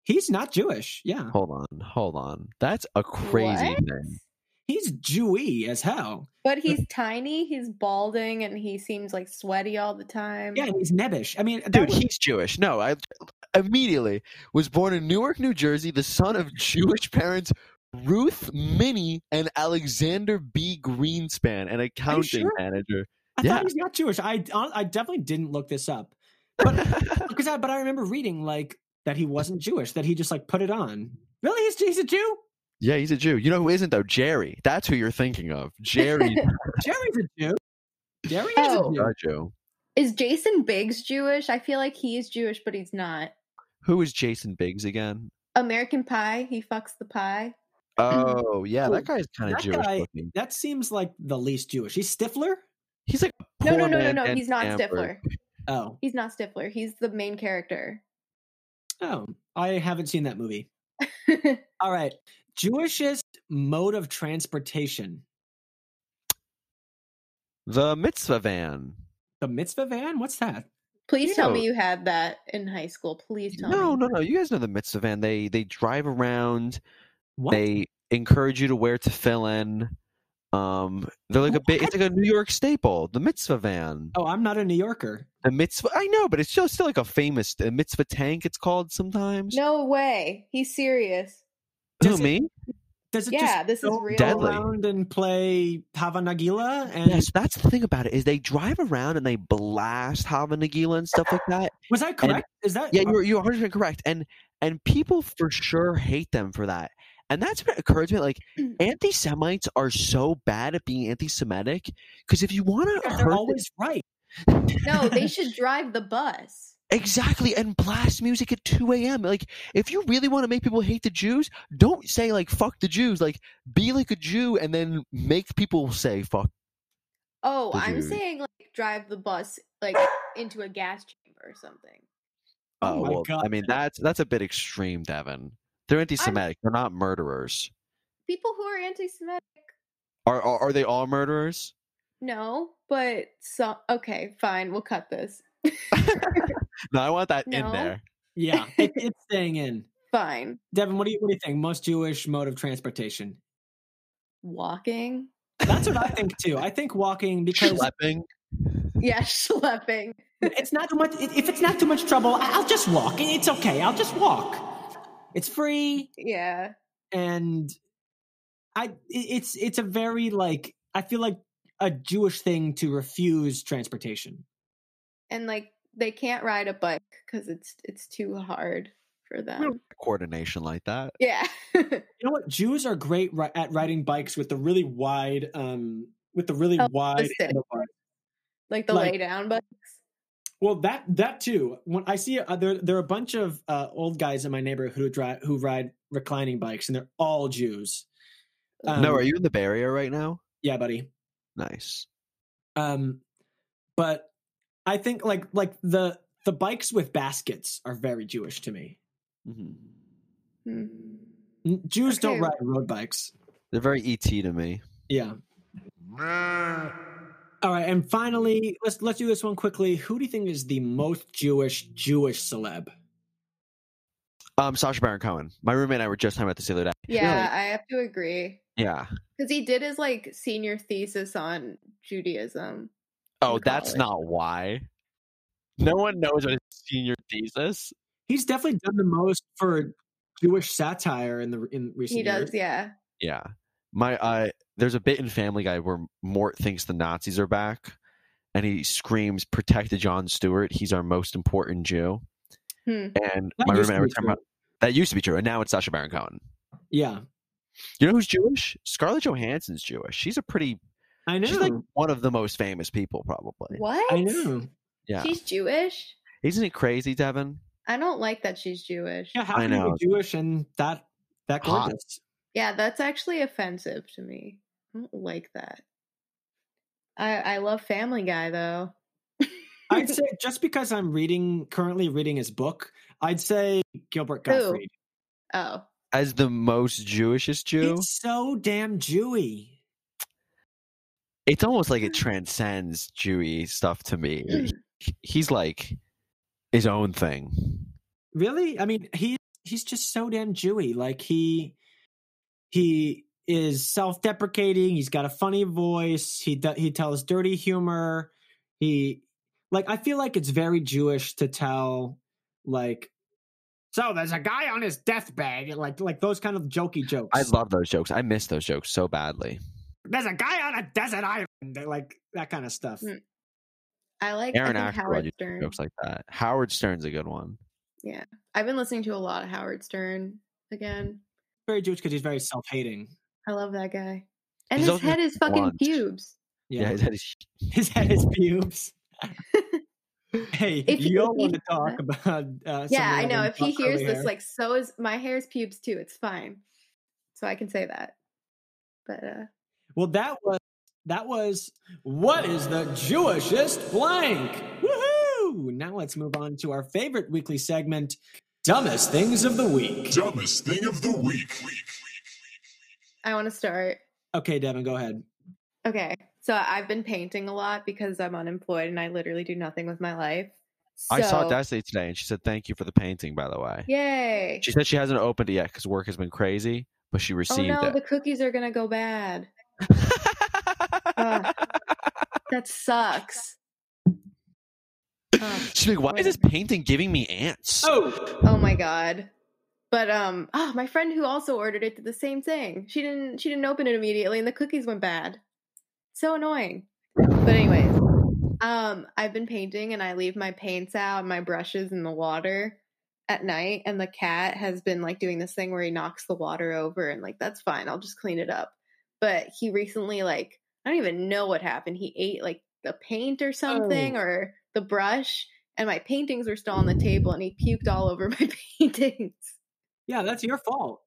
Speaker 5: He's not Jewish. Yeah,
Speaker 4: Hold on, hold on. That's a crazy
Speaker 1: What?
Speaker 4: thing.
Speaker 5: he's Jewy as hell.
Speaker 1: But he's tiny, he's balding, and he seems like sweaty all the time.
Speaker 5: Yeah, he's nebbish. I mean, that
Speaker 4: Dude,
Speaker 5: was-
Speaker 4: he's Jewish. No, I immediately was born in Newark, New Jersey, the son of Jewish parents Ruth Minnie and Alexander B. Greenspan, an accounting
Speaker 5: sure?
Speaker 4: manager.
Speaker 5: I
Speaker 4: yeah.
Speaker 5: thought he's not Jewish. I hon- I definitely didn't look this up, but because I but I remember reading like that he wasn't Jewish. That he just like put it on. Really, he's, he's a Jew.
Speaker 4: yeah, he's a Jew. You know who isn't though? Jerry. That's who you're thinking of. Jerry's
Speaker 5: Jerry's a Jew. Jerry is
Speaker 1: Oh.
Speaker 5: a Jew.
Speaker 4: a Jew.
Speaker 1: Is Jason Biggs Jewish? I feel like he is Jewish, but he's not.
Speaker 4: Who is Jason Biggs again?
Speaker 1: American Pie, he fucks the pie. Mm-hmm.
Speaker 4: Oh yeah,
Speaker 5: Ooh,
Speaker 4: that guy's kind of
Speaker 5: that
Speaker 4: Jewish
Speaker 5: guy-
Speaker 4: looking.
Speaker 5: That seems like the least Jewish. He's Stifler.
Speaker 4: He's like a
Speaker 1: No, no,
Speaker 4: poor
Speaker 1: no, no,
Speaker 4: man
Speaker 1: no.
Speaker 4: and
Speaker 1: He's not
Speaker 4: pampered.
Speaker 1: Stifler.
Speaker 5: Oh,
Speaker 1: He's not Stifler. He's the main character.
Speaker 5: oh, I haven't seen that movie. All right, Jewishest mode of transportation:
Speaker 4: The mitzvah van.
Speaker 5: the mitzvah van. What's that?
Speaker 1: Please tell
Speaker 4: Ew.
Speaker 1: me you had that in high school. Please tell me.
Speaker 4: No, no, no. You guys know the mitzvah van. They they drive around.
Speaker 5: What?
Speaker 4: They encourage you to wear tefillin. Um, they're like a bit. It's like a New York staple. The mitzvah van.
Speaker 5: oh, I'm not a New Yorker.
Speaker 4: The mitzvah. I know, but it's just still like a famous a mitzvah tank. It's called sometimes.
Speaker 1: No way. He's serious.
Speaker 4: Who,
Speaker 5: does it-
Speaker 4: me?
Speaker 5: Does it
Speaker 1: Yeah,
Speaker 5: just
Speaker 1: this is
Speaker 5: go-
Speaker 1: real.
Speaker 5: go
Speaker 4: Deadly.
Speaker 5: around and play Hava Nagila? And
Speaker 4: Yes, that's the thing about it is they drive around and they blast Hava Nagila and stuff like that.
Speaker 5: was I correct? is that
Speaker 4: Yeah, you're you're 100 percent correct, and and people for sure hate them for that, and that's what occurred to me. Like,
Speaker 5: Mm.
Speaker 4: anti Semites are so bad at being anti-Semitic because if you want to
Speaker 5: they're
Speaker 4: hurt the-
Speaker 5: always right.
Speaker 1: No, they should drive the bus.
Speaker 4: exactly and blast music at 2 a.m. Like, if you really want to make people hate the Jews, don't say like "fuck the Jews." Like, be like a Jew and then make people say "fuck."
Speaker 1: Oh,
Speaker 4: Did
Speaker 1: I'm
Speaker 4: you-
Speaker 1: saying like drive the bus like into a gas chamber or something.
Speaker 5: Oh my God.
Speaker 4: uh, I mean that's that's a bit extreme, Devin. They're anti-Semitic. They're not murderers.
Speaker 1: People who are anti-Semitic,
Speaker 4: Are, are are they all murderers?
Speaker 1: no, but so okay, fine, we'll cut this.
Speaker 4: No, I want that in
Speaker 1: No.
Speaker 4: there.
Speaker 5: Yeah, it, it's staying in.
Speaker 1: Fine,
Speaker 5: Devin, what do you what do you think? Most Jewish mode of transportation.
Speaker 1: walking.
Speaker 5: That's what I think too. I think walking because
Speaker 4: Schlepping.
Speaker 1: Yeah, schlepping.
Speaker 5: it's not too much. i- If it's not too much trouble, I- I'll just walk. I- It's okay. I'll just walk. It's free,
Speaker 1: Yeah,
Speaker 5: and I. i- It's it's a very like I feel like a Jewish thing to refuse transportation.
Speaker 1: and like they can't ride a bike because it's it's too hard for
Speaker 5: Hmm.
Speaker 1: them.
Speaker 4: coordination like that.
Speaker 1: Yeah,
Speaker 5: You know what? Jews are great ri- at riding bikes with the really wide, um, with the really
Speaker 1: Oh,
Speaker 5: wide.
Speaker 1: listen.
Speaker 5: handlebars.
Speaker 1: like the
Speaker 5: Like-
Speaker 1: lay down bikes.
Speaker 5: Well, that that too. When I see uh, there, there are a bunch of uh, old guys in my neighborhood who drive who ride reclining bikes, and they're all Jews. Um,
Speaker 4: no, are you in the Bay Area right now?
Speaker 5: Yeah, buddy.
Speaker 4: Nice.
Speaker 5: Um, but I think like like the the bikes with baskets are very Jewish to me. Mm-hmm.
Speaker 1: Hmm.
Speaker 5: N- Jews don't
Speaker 1: Okay.
Speaker 5: ride road bikes.
Speaker 4: They're very ET to me.
Speaker 5: Yeah. All right, and finally, let's let's do this one quickly. Who do you think is the most Jewish Jewish celeb?
Speaker 4: Um, Sasha Baron Cohen. My roommate and I were just talking about this the other day. You know,
Speaker 1: Yeah,
Speaker 4: like-
Speaker 1: I have to agree
Speaker 4: yeah.
Speaker 1: because he did his like senior thesis on Judaism.
Speaker 4: Oh,
Speaker 1: In
Speaker 4: that's
Speaker 1: college.
Speaker 4: not why. No one knows what his senior thesis.
Speaker 5: He's definitely done the most for Jewish satire in the in recent
Speaker 1: He
Speaker 5: years.
Speaker 1: does, yeah.
Speaker 4: Yeah. My uh there's a bit in Family Guy where Mort thinks the Nazis are back and he screams, Protect John Stewart, he's our most important Jew.
Speaker 1: Hmm.
Speaker 4: And
Speaker 5: That
Speaker 4: my
Speaker 5: used
Speaker 4: roommate
Speaker 5: to
Speaker 4: and I were
Speaker 5: be
Speaker 4: talking
Speaker 5: true.
Speaker 4: about that used to be true, and now it's Sasha Baron Cohen.
Speaker 5: Yeah,
Speaker 4: You know who's Jewish? Scarlett Johansson's Jewish. She's a pretty.
Speaker 5: I know.
Speaker 4: She's like one of the most famous people, probably.
Speaker 1: What?
Speaker 5: I know.
Speaker 4: Yeah,
Speaker 1: She's Jewish.
Speaker 4: isn't it crazy, Devin?
Speaker 1: I don't like that she's Jewish.
Speaker 5: Yeah, how
Speaker 4: I
Speaker 5: can you
Speaker 4: know.
Speaker 5: be Jewish and that that
Speaker 4: Hot.
Speaker 5: gorgeous?
Speaker 1: Yeah, that's actually offensive to me. I don't like that. I I love Family Guy though.
Speaker 5: I'd say just because I'm reading currently reading his book, I'd say Gilbert
Speaker 1: Who?
Speaker 5: Gottfried.
Speaker 1: Oh,
Speaker 4: As the most Jewishest Jew,
Speaker 5: He's so damn Jewy.
Speaker 4: it's almost like it transcends Jewy stuff to
Speaker 1: Hmm.
Speaker 4: me. He's like his own thing.
Speaker 5: Really? I mean, he he's just so damn Jewy. Like he he is self-deprecating. He's got a funny voice. He do- he tells dirty humor. He like I feel like it's very Jewish to tell like so there's a guy on his deathbed like like those kind of jokey jokes.
Speaker 4: I love those jokes. I miss those jokes so badly.
Speaker 5: there's a guy on a desert island like that kind of stuff.
Speaker 1: Mm. I like
Speaker 4: Aaron
Speaker 1: I think
Speaker 4: Ashcroft
Speaker 1: Howard
Speaker 4: used
Speaker 1: Stern.
Speaker 4: Jokes like that. Howard Stern's a good one.
Speaker 1: I've been listening to a lot of Howard Stern again.
Speaker 5: Very Jewish because he's very self-hating.
Speaker 1: I love that guy. And
Speaker 4: He's
Speaker 1: his
Speaker 4: also
Speaker 1: head is fucking
Speaker 4: blonde.
Speaker 1: pubes.
Speaker 4: Yeah, that is
Speaker 5: His head is pubes. hey,
Speaker 1: If he-
Speaker 5: you
Speaker 1: if
Speaker 5: all
Speaker 1: he
Speaker 5: want to
Speaker 1: hears
Speaker 5: talk
Speaker 1: that-
Speaker 5: about? Uh, somebody
Speaker 1: yeah, I know.
Speaker 5: having
Speaker 1: If he
Speaker 5: curly
Speaker 1: hears this,
Speaker 5: hair.
Speaker 1: like, so is my hair's pubes too. It's fine. So I can say that. But uh
Speaker 5: well, that was that was what is the Jewishest blank? Woohoo! Now let's move on to our favorite weekly segment, dumbest things of the week.
Speaker 6: Dumbest thing of the week.
Speaker 1: I want to start.
Speaker 5: Okay, Devin, go ahead.
Speaker 1: Okay. So I've been painting a lot because I'm unemployed and I literally do nothing with my life.
Speaker 4: I saw
Speaker 1: So-
Speaker 4: Destiny today and she said thank you for the painting, by the way.
Speaker 1: Yay.
Speaker 4: She said she hasn't opened it yet because work has been crazy, but she
Speaker 1: Oh
Speaker 4: received
Speaker 1: no,
Speaker 4: it.
Speaker 1: the cookies are gonna go bad. Ugh. that sucks. Ugh.
Speaker 4: She's like, why is this painting giving me ants?
Speaker 5: Oh,
Speaker 1: Oh my god. But um oh, my friend who also ordered it did the same thing. She didn't she didn't open it immediately and the cookies went bad. So annoying. But anyways, um I've been painting and I leave my paints out, my brushes in the water at night and the cat has been like doing this thing where he knocks the water over and like that's fine, I'll just clean it up. But he recently like I don't even know what happened. He ate like the paint or something or the brush and my paintings were still on the table and he puked all over my paintings.
Speaker 5: yeah, that's your fault.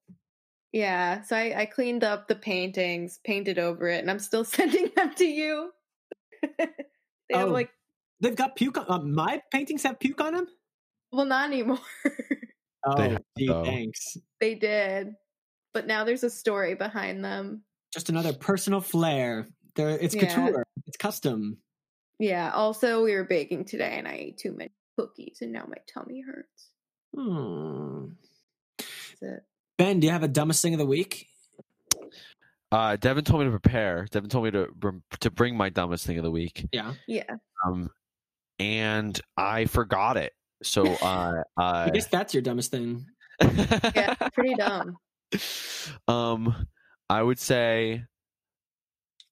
Speaker 1: Yeah, so I, I cleaned up the paintings, painted over it, and I'm still sending them to you. they have
Speaker 5: Oh.
Speaker 1: like,
Speaker 5: They've got puke. On, uh, my paintings have puke on them.
Speaker 1: well, not anymore.
Speaker 5: Oh,
Speaker 4: They have,
Speaker 5: gee,
Speaker 4: though.
Speaker 5: thanks.
Speaker 1: they did, but now there's a story behind them.
Speaker 5: Just another personal flair. There, it's
Speaker 1: Yeah.
Speaker 5: couture. It's custom.
Speaker 1: Yeah. Also, we were baking today, and I ate too many cookies, and now my tummy hurts.
Speaker 5: Hmm.
Speaker 1: That's it.
Speaker 5: Ben, do you have a dumbest thing of the week?
Speaker 4: Uh, Devin told me to prepare. Devin told me to br- to bring my dumbest thing of the week.
Speaker 5: Yeah.
Speaker 1: Yeah.
Speaker 4: Um, and I forgot it. So uh,
Speaker 5: I
Speaker 4: uh,
Speaker 5: guess that's your dumbest thing.
Speaker 1: Yeah. Pretty dumb.
Speaker 4: um, I would say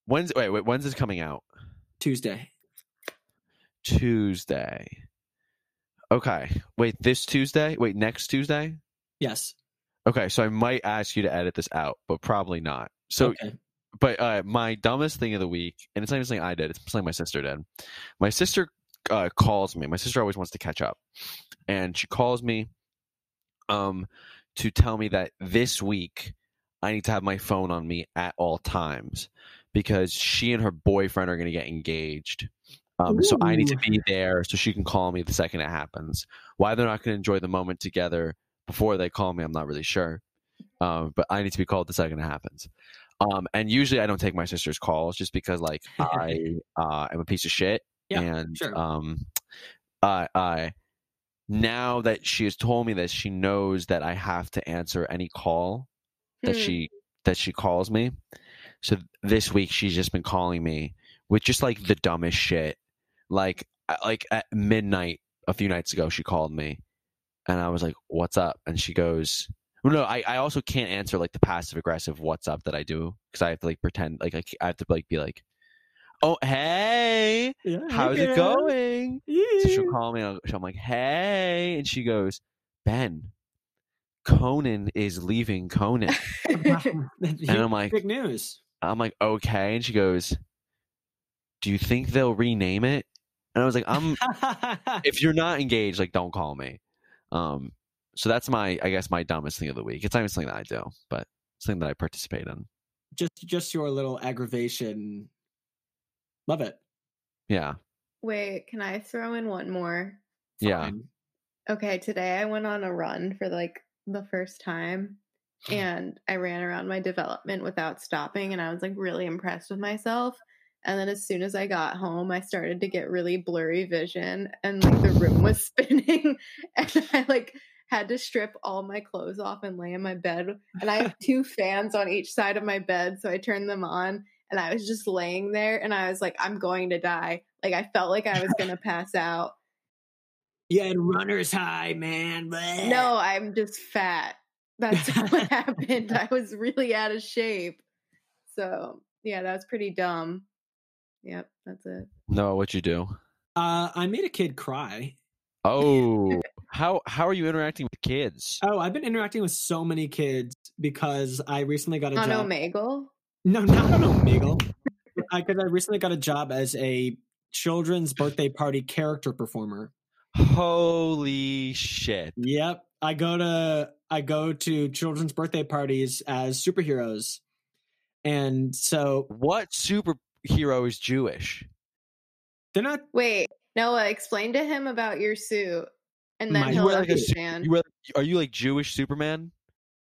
Speaker 4: when's wait wait when's this coming out?
Speaker 5: Tuesday.
Speaker 4: Tuesday. Okay. Wait, this Tuesday? Wait, next Tuesday?
Speaker 5: Yes.
Speaker 4: Okay, so I might ask you to edit this out, but probably not. So
Speaker 5: okay.
Speaker 4: but uh, my dumbest thing of the week, and it's not even something I did, it's something my sister did. My sister uh, calls me. My sister always wants to catch up, and she calls me um, to tell me that this week I need to have my phone on me at all times because she and her boyfriend are going to get engaged. Um, so I need to be there so she can call me the second it happens. Why they're not going to enjoy the moment together before they call me, I'm not really sure. Um, but I need to be called the second it happens. Um, and usually I don't take my sister's calls just because like I uh, am a piece of shit.
Speaker 5: Yeah,
Speaker 4: and
Speaker 5: sure.
Speaker 4: um, I, I now that she has told me this, she knows that I have to answer any call that
Speaker 1: Hmm.
Speaker 4: she that she calls me. So this week she's just been calling me with just like the dumbest shit. Like I- like at midnight a few nights ago she called me and I was like, "What's up?" and she goes, well, "No, I, I also can't answer like the passive aggressive what's up that I do because I have to like pretend like I, c- I have to like be like, "Oh, hey,
Speaker 5: Yeah,
Speaker 4: how's
Speaker 5: yeah.
Speaker 4: it going?" So
Speaker 5: Yeah.
Speaker 4: she'll call me. And I'll- I'm like, "Hey," and she goes, "Ben, Conan is leaving Conan,"
Speaker 5: That's
Speaker 4: and I'm like,
Speaker 5: big news.
Speaker 4: "I'm like, okay," and she goes, "Do you think they'll rename it?" And I was like, "I'm if you're not engaged, like, don't call me." Um, so that's my, I guess, my dumbest thing of the week. It's not even something that I do, but something that I participate in.
Speaker 5: just just your little aggravation. Love it.
Speaker 4: Yeah,
Speaker 1: Wait, can I throw in one more?
Speaker 4: yeah.
Speaker 5: Fine.
Speaker 1: Okay, today I went on a run for like the first time and I ran around my development without stopping and I was like really impressed with myself. And then as soon as I got home, I started to get really blurry vision and like the room was spinning and I like had to strip all my clothes off and lay in my bed. And I have two fans on each side of my bed, so I turned them on and I was just laying there and I was like I'm going to die. Like I felt like I was going to pass out.
Speaker 5: You had runner's high, man.
Speaker 4: Eh.
Speaker 5: Bleh.
Speaker 1: No, I'm just fat. That's what happened. I was really out of shape. So, yeah, that was pretty dumb. Yep, that's it.
Speaker 4: No, what you do?
Speaker 5: Uh, I made a kid cry.
Speaker 4: Oh, how how are you interacting with kids?
Speaker 5: Oh, I've been interacting with so many kids because I recently got a
Speaker 1: On
Speaker 5: job.
Speaker 1: Omegle?
Speaker 5: No, not on Omegle. Because I recently got a job as a children's birthday party character performer.
Speaker 4: Holy shit!
Speaker 5: Yep, I go to I go to children's birthday parties as superheroes, and so
Speaker 4: What superhero is Jewish?
Speaker 5: they're not.
Speaker 1: Wait, Noah, explain to him about your suit and then
Speaker 5: My-
Speaker 1: he'll
Speaker 4: You wear like a suit,
Speaker 1: understand.
Speaker 4: You wear, are you like Jewish Superman?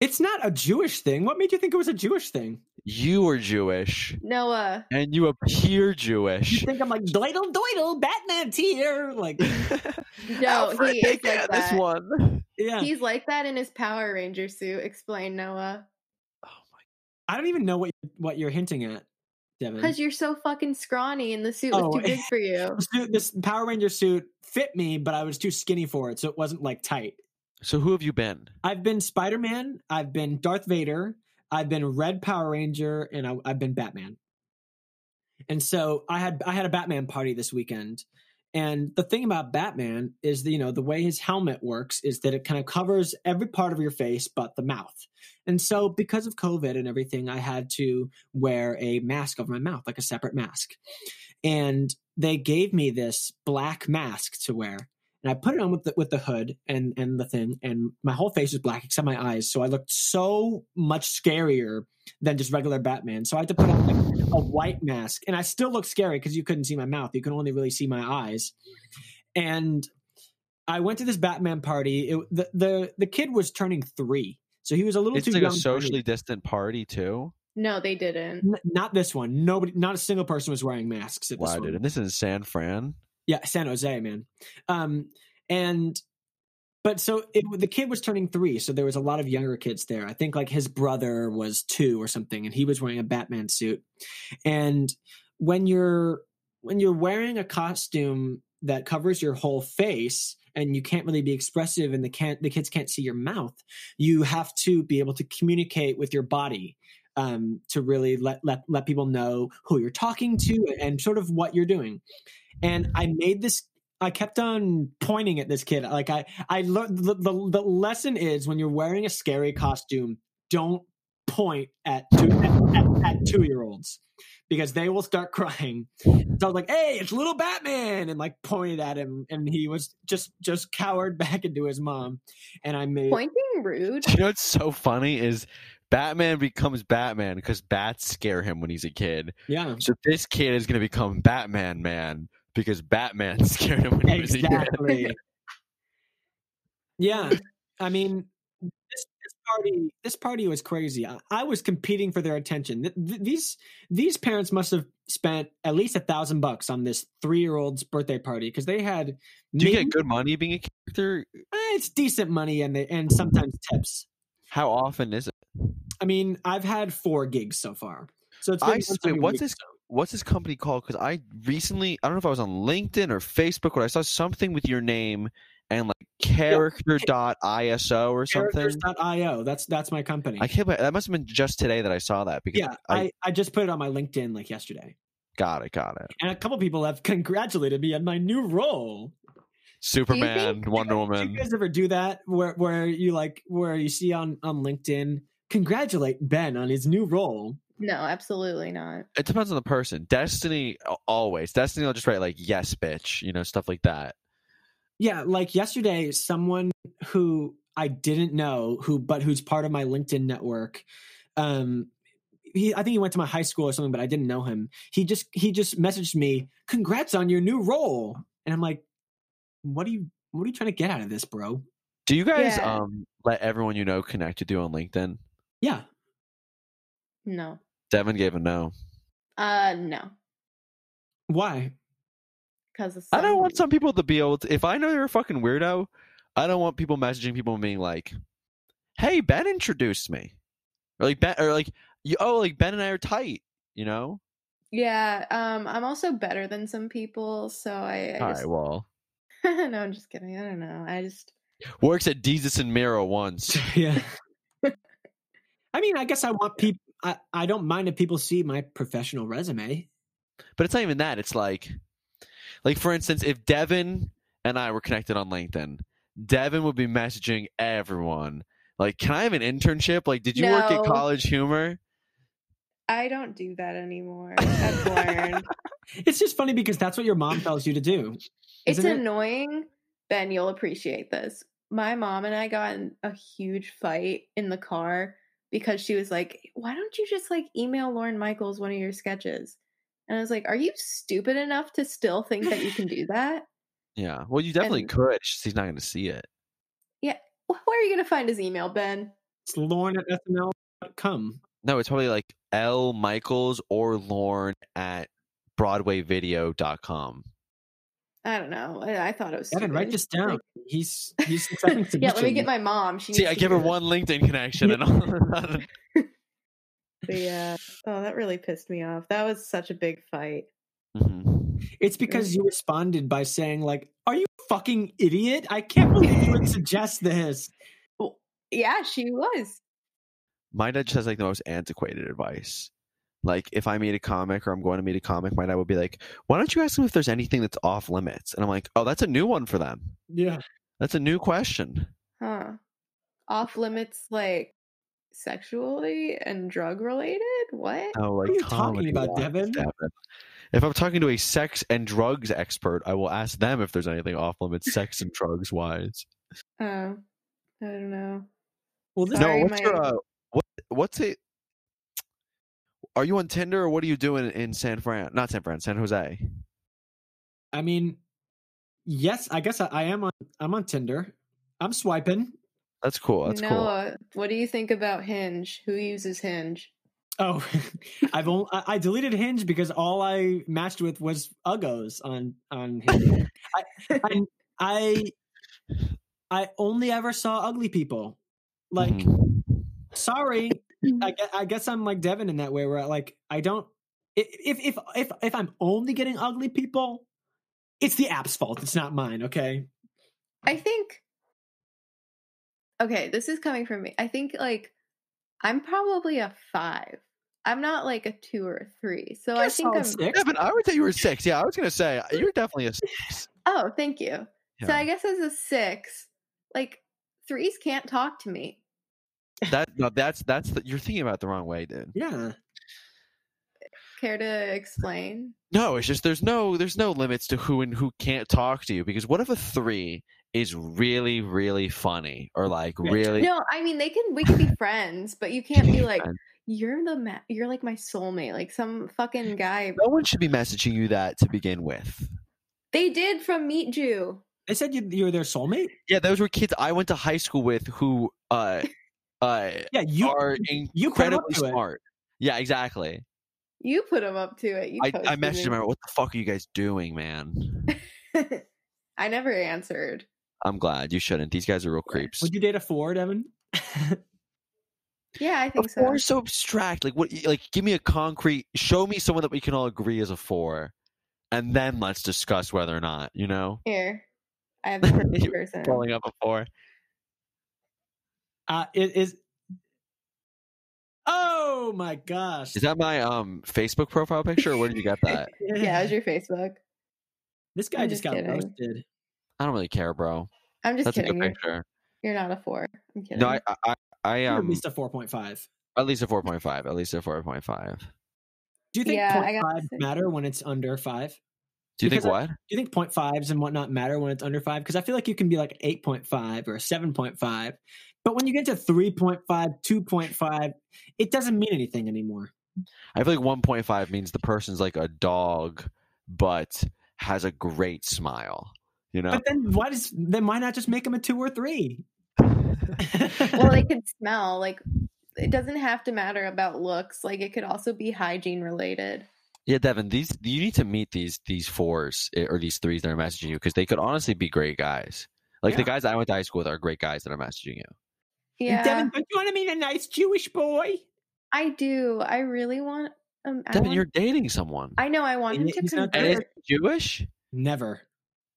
Speaker 5: It's not a Jewish thing. What made you think it was a Jewish thing?
Speaker 4: You are Jewish,
Speaker 1: Noah,
Speaker 4: and you appear
Speaker 5: You
Speaker 4: Jewish.
Speaker 5: think I'm like doidle doidle, Batman's here? Like,
Speaker 1: No,
Speaker 4: Alfred,
Speaker 1: he is
Speaker 4: take
Speaker 1: like
Speaker 4: care of this
Speaker 1: that.
Speaker 4: one.
Speaker 5: yeah,
Speaker 1: he's like that in his Power Ranger suit. Explain, Noah.
Speaker 5: I don't even know what what you're hinting at,
Speaker 4: Mm.
Speaker 5: Devin.
Speaker 1: Because you're so fucking scrawny and the suit was
Speaker 5: Oh.
Speaker 1: too big for you.
Speaker 5: The suit- this Power Ranger suit fit me, but I was too skinny for it, so it wasn't like tight.
Speaker 4: So who have you been?
Speaker 5: I've been Spider Man, I've been Darth Vader, I've been Red Power Ranger, and I, I've been Batman. And so I had I had a Batman party this weekend, and the thing about Batman is the, you know the way his helmet works is that it kind of covers every part of your face but the mouth. And so because of COVID and everything, I had to wear a mask over my mouth, like a separate mask. And they gave me this black mask to wear and I put it on with the with the hood and and the thing, and my whole face was black except my eyes, so I looked so much scarier than just regular Batman. So I had to put on like a white mask, and I still looked scary because you couldn't see my mouth; you could only really see my eyes. And I went to this Batman party. It, the the the kid was turning three, so he was a little
Speaker 4: It's
Speaker 5: too
Speaker 4: like
Speaker 5: young.
Speaker 4: a
Speaker 5: for me.
Speaker 4: socially distant party too.
Speaker 1: No, they didn't.
Speaker 5: N- not this one. Nobody, not a single person was wearing masks. At this
Speaker 4: Wow,
Speaker 5: one.
Speaker 4: dude! And this is in San Fran.
Speaker 5: Yeah, San Jose, man. Um, and but so it, the kid was turning three, so there was a lot of younger kids there. I think like his brother was two or something, and he was wearing a Batman suit. And when you're when you're wearing a costume that covers your whole face and you can't really be expressive and the can't the kids can't see your mouth, you have to be able to communicate with your body um, to really let, let let people know who you're talking to and sort of what you're doing and I made this. I kept on pointing at this kid. Like I, I learned the, the the lesson is when you're wearing a scary costume, don't point at two at, at, at two year olds because they will start crying. So I was like, "Hey, it's little Batman!" and like pointed at him, and he was just just cowered back into his mom. And I made
Speaker 1: Pointing rude.
Speaker 4: You know what's so funny is Batman becomes Batman because bats scare him when he's a kid.
Speaker 5: yeah.
Speaker 4: So this kid is gonna become Batman man because Batman scared him when he was a kid.
Speaker 5: Exactly. yeah, I mean, this, this party, this party was crazy. I, I was competing for their attention. Th- th- these these parents must have spent at least a thousand bucks on this three year old's birthday party because they had.
Speaker 4: Do you
Speaker 5: maybe-
Speaker 4: get good money being a character?
Speaker 5: Eh, It's decent money and they, and sometimes tips.
Speaker 4: How often is it?
Speaker 5: I mean, I've had four gigs so far. So it's been
Speaker 4: I
Speaker 5: once
Speaker 4: s-
Speaker 5: every
Speaker 4: wait, what's
Speaker 5: week,
Speaker 4: this-
Speaker 5: so-
Speaker 4: What's this company called? Because I recently, I don't know if I was on LinkedIn or Facebook, but I saw something with your name and like character.iso or something.
Speaker 5: Characters.io. That's that's my company.
Speaker 4: I can't. believe- That must have been just today that I saw that because
Speaker 5: yeah,
Speaker 4: I,
Speaker 5: I, I just put it on my LinkedIn like yesterday.
Speaker 4: got it, got it.
Speaker 5: and a couple people have congratulated me on my new role.
Speaker 4: Superman, Wonder
Speaker 5: Do you
Speaker 4: Woman.
Speaker 5: guys ever do that where where you like where you see on on LinkedIn congratulate Ben on his new role?
Speaker 1: No, absolutely not.
Speaker 4: It depends on the person. Destiny al- always. Destiny, I'll just write like yes, bitch. You know, stuff like that.
Speaker 5: Yeah, like yesterday someone who I didn't know who but who's part of my LinkedIn network um he, I think he went to my high school or something, but I didn't know him. He just he just messaged me, "Congrats on your new role," and I'm like, "What are you What are you trying to get out of this, bro?"
Speaker 4: Do you guys
Speaker 1: Yeah.
Speaker 4: um let everyone you know connect with you on LinkedIn?
Speaker 5: Yeah,
Speaker 1: No.
Speaker 4: Devin gave a no.
Speaker 1: Uh no.
Speaker 5: Why?
Speaker 1: Because
Speaker 4: I don't want some people to be able to. If I know you're a fucking weirdo, I don't want people messaging people and being like, "Hey, Ben introduced me," or like Ben, or like, you- "Oh, like Ben and I are tight," you know.
Speaker 1: Yeah, um, I'm also better than some people, so I. I
Speaker 4: All
Speaker 1: just,
Speaker 4: right, well,
Speaker 1: no, I'm just kidding. I don't know. I just.
Speaker 4: works at Jesus and Miro once.
Speaker 5: yeah. I mean, I guess I want people. I, I don't mind if people see my professional resume.
Speaker 4: But it's not even that. It's like, like for instance, if Devin and I were connected on LinkedIn, Devin would be messaging everyone like, "Can I have an internship? Like, did you work
Speaker 1: No.
Speaker 4: at College Humor?"
Speaker 1: I don't do that anymore. I've learned.
Speaker 5: It's just funny because that's what your mom tells you to do.
Speaker 1: it's
Speaker 5: Isn't it?
Speaker 1: annoying. Ben, you'll appreciate this. My mom and I got in a huge fight in the car because she was like, "Why don't you just like email Lauren Michaels one of your sketches?" And I was like, "Are you stupid enough to still think that you can do that?
Speaker 4: Yeah. Well, you definitely
Speaker 1: And-
Speaker 4: could. It's just he's not going to see it.
Speaker 1: Wh- Where are you going to find his email, Ben?"
Speaker 5: It's Lauren at SNL.com.
Speaker 4: No, it's probably like L Michaels or Lorne at BroadwayVideo.com.
Speaker 1: I don't know. I, I thought it was
Speaker 5: Devin, write
Speaker 1: stupid.
Speaker 5: this down. He's he's accepting
Speaker 1: yeah, let me get
Speaker 5: submissions.
Speaker 1: my mom. She
Speaker 4: See,
Speaker 1: needs
Speaker 4: I
Speaker 1: to
Speaker 4: give her
Speaker 1: hear
Speaker 4: one LinkedIn connection and all.
Speaker 1: this. Yeah. Oh, that really pissed me off. That was such a big fight.
Speaker 4: Mhm.
Speaker 5: It's because you responded by saying like, "Are you fucking idiot? I can't believe you would suggest this."
Speaker 1: Yeah, she was.
Speaker 4: My dad just has like the most antiquated advice. Like if I meet a comic or I'm going to meet a comic, my dad will be like, "Why don't you ask them if there's anything that's off limits?" And I'm like, "Oh, that's a new one for them.
Speaker 5: Yeah.
Speaker 4: That's a new question."
Speaker 1: Huh. Off limits like sexually and drug related? What?
Speaker 4: Oh, like
Speaker 5: are you talking
Speaker 4: comedy
Speaker 5: about,
Speaker 4: wise,
Speaker 5: Devin?
Speaker 4: If I'm talking to a sex and drugs expert, I will ask them if there's anything off limits, sex and drugs wise.
Speaker 1: Oh. I don't know.
Speaker 5: Well, this
Speaker 1: Sorry,
Speaker 4: no, what's your
Speaker 1: my-
Speaker 4: uh, what? What's it? Are you on Tinder or what are you doing in San Fran? Not San Fran, San Jose.
Speaker 5: I mean, yes, I guess I, I am on. I'm on Tinder. I'm swiping.
Speaker 4: That's cool. That's cool.
Speaker 1: Noah, uh, what do you think about Hinge? Who uses Hinge?
Speaker 5: Oh, I've only I I deleted Hinge because all I matched with was uggos on on Hinge. I, I I I only ever saw ugly people. Like,
Speaker 4: Mhm.
Speaker 5: sorry,
Speaker 1: Mm-hmm.
Speaker 5: I guess, I guess I'm like Devin in that way where I, like I don't i- if if if if I'm only getting ugly people, it's the app's fault. It's not mine. Okay.
Speaker 1: I think Okay, this is coming from me. I think like I'm probably a 5. I'm not like a 2 or a 3. So I
Speaker 5: You're
Speaker 1: think
Speaker 5: solid
Speaker 1: I'm
Speaker 5: six.
Speaker 4: Devin, I would say you were six. Yeah, I was gonna say uh, you're definitely a six.
Speaker 1: Oh, thank you. So
Speaker 4: Yeah.
Speaker 1: I guess as a six, like threes can't talk to me.
Speaker 4: That no, that's that's the, you're thinking about it the wrong way, dude.
Speaker 5: Yeah.
Speaker 1: Care to explain?
Speaker 4: No, it's just there's no there's no limits to who and who can't talk to you because what if a three is really really funny or like
Speaker 5: Yeah.
Speaker 4: really
Speaker 1: No, I mean they can. We can be friends, but you can't be like
Speaker 4: Fine.
Speaker 1: you're the ma- you're like my soulmate, like some fucking guy.
Speaker 4: no one should be messaging you that to begin with.
Speaker 1: They did from Meet Jew.
Speaker 5: They said you you were their soulmate.
Speaker 4: Yeah, those were kids I went to high school with who uh uh
Speaker 5: Yeah. You
Speaker 4: are
Speaker 5: you put 'em up
Speaker 4: incredibly
Speaker 5: to it.
Speaker 4: smart. Yeah, exactly.
Speaker 1: You put him up to it. You
Speaker 4: I, I
Speaker 1: posted
Speaker 4: messaged him.
Speaker 1: it.
Speaker 4: I wrote, What the fuck are you guys doing, man?
Speaker 1: I never answered.
Speaker 4: I'm glad you shouldn't. These guys are real creeps.
Speaker 5: Would you date a four, Devin?
Speaker 1: Yeah, I
Speaker 4: A
Speaker 1: think so.
Speaker 4: four is so abstract. Like what? Like give me a concrete. Show me someone that we can all agree is a four, and then let's discuss whether or not you know
Speaker 1: Here, I have the perfect
Speaker 4: You-
Speaker 1: person.
Speaker 4: pulling up a four.
Speaker 5: Uh, it is. Oh my gosh!
Speaker 4: Is that my um Facebook profile picture? Or where did you get that?
Speaker 1: Yeah, it was your Facebook.
Speaker 5: this guy
Speaker 1: I'm
Speaker 5: just
Speaker 1: just
Speaker 5: got
Speaker 1: kidding.
Speaker 5: roasted.
Speaker 4: I don't really care, bro.
Speaker 1: I'm just
Speaker 4: That's a
Speaker 1: kidding.
Speaker 4: good
Speaker 1: You're,
Speaker 4: picture.
Speaker 1: you're not a four. I'm kidding.
Speaker 4: No, I, I, I- I
Speaker 5: You're at
Speaker 4: um
Speaker 5: least a four point five.
Speaker 4: at least a four point five. At least a four point five.
Speaker 5: Do you think
Speaker 1: Yeah, I
Speaker 5: point
Speaker 1: got
Speaker 5: five
Speaker 1: six.
Speaker 5: matter when it's under five?
Speaker 4: Do you
Speaker 5: Because
Speaker 4: think
Speaker 5: I-
Speaker 4: what?
Speaker 5: Do you think point fives and whatnot matter when it's under five? Because I feel like you can be like eight point five or seven point five, but when you get to 3.5, 2.5, it doesn't mean anything anymore.
Speaker 4: I feel like one point five means the person's like a dog, but has a great smile. You know.
Speaker 5: But then why does then why not just make them a two or three?
Speaker 1: well, they could smell. Like it doesn't have to matter about looks. Like it could also be hygiene related.
Speaker 4: Yeah, Devin, these you need to meet these these fours eh, or these threes that are messaging you because they could honestly be great guys. Like the
Speaker 5: Yeah.
Speaker 4: guys I went to high school with are great guys that are messaging you.
Speaker 1: Yeah,
Speaker 5: Devin, don't you want to meet a nice Jewish boy?
Speaker 1: I do. I really want. Um, I,
Speaker 4: Devin,
Speaker 1: want-
Speaker 4: you're dating someone.
Speaker 1: I know. I want him
Speaker 5: And
Speaker 1: to
Speaker 5: he's not
Speaker 1: convert.
Speaker 4: and is he Jewish?
Speaker 5: Never.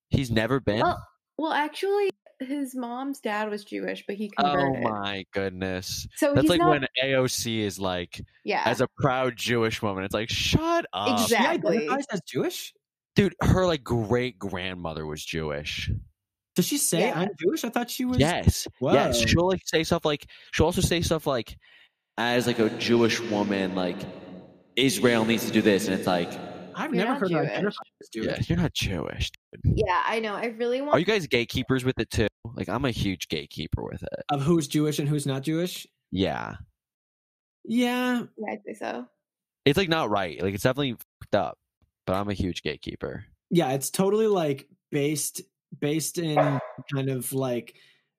Speaker 4: He's never been.
Speaker 1: Well, well, actually, his mom's dad was Jewish, but he
Speaker 4: oh
Speaker 1: converted.
Speaker 4: my goodness.
Speaker 1: So
Speaker 4: That's
Speaker 1: he's
Speaker 4: like
Speaker 1: not.
Speaker 4: when AOC is like,
Speaker 1: yeah.
Speaker 4: as a proud Jewish woman, it's like, shut up.
Speaker 1: Exact-
Speaker 5: She
Speaker 1: Exactly.
Speaker 5: identifies as Jewish.
Speaker 4: Dude, her like great grandmother was Jewish.
Speaker 5: Does she say
Speaker 1: Yeah.
Speaker 5: I'm Jewish? I thought she was.
Speaker 4: Yes.
Speaker 5: Whoa.
Speaker 4: Yes. She'll like say stuff like she'll also say stuff like as like a Jewish woman, like Israel needs to do this, and it's like
Speaker 5: I've
Speaker 1: You're
Speaker 5: never
Speaker 1: not
Speaker 5: heard her
Speaker 1: Jewish.
Speaker 5: identify as Jewish.
Speaker 4: yeah, you're not Jewish.
Speaker 1: yeah, I know. I really want.
Speaker 4: Are Oh, you guys gatekeepers with it too? Like I'm a huge gatekeeper with it.
Speaker 5: Of who's Jewish and who's not Jewish?
Speaker 4: Yeah.
Speaker 5: Yeah,
Speaker 1: Yeah, I'd say so.
Speaker 4: It's like not right. Like it's definitely fucked up. But I'm a huge gatekeeper.
Speaker 5: yeah. It's totally like based based in kind of like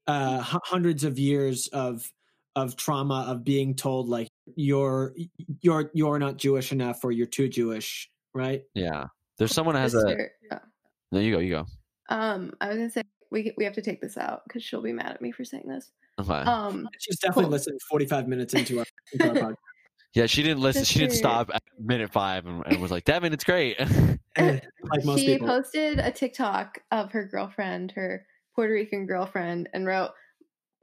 Speaker 5: uh hu- hundreds of years of of trauma of being told like you're you're you're not Jewish enough or you're too Jewish, right?
Speaker 4: Yeah. There's someone that has a
Speaker 1: Sister- oh.
Speaker 4: No, you go, you go.
Speaker 1: Um, I was gonna say we we have to take this out because she'll be mad at me for saying this.
Speaker 4: Okay.
Speaker 1: Um,
Speaker 5: She's definitely
Speaker 1: Cool.
Speaker 5: listening 45 minutes into our, into our podcast.
Speaker 4: yeah, she didn't listen. She didn't
Speaker 1: sister-
Speaker 4: stop at minute five and, and was like, Devin, it's great.
Speaker 5: like most
Speaker 1: she
Speaker 5: people.
Speaker 1: posted a TikTok of her girlfriend, her Puerto Rican girlfriend, and wrote,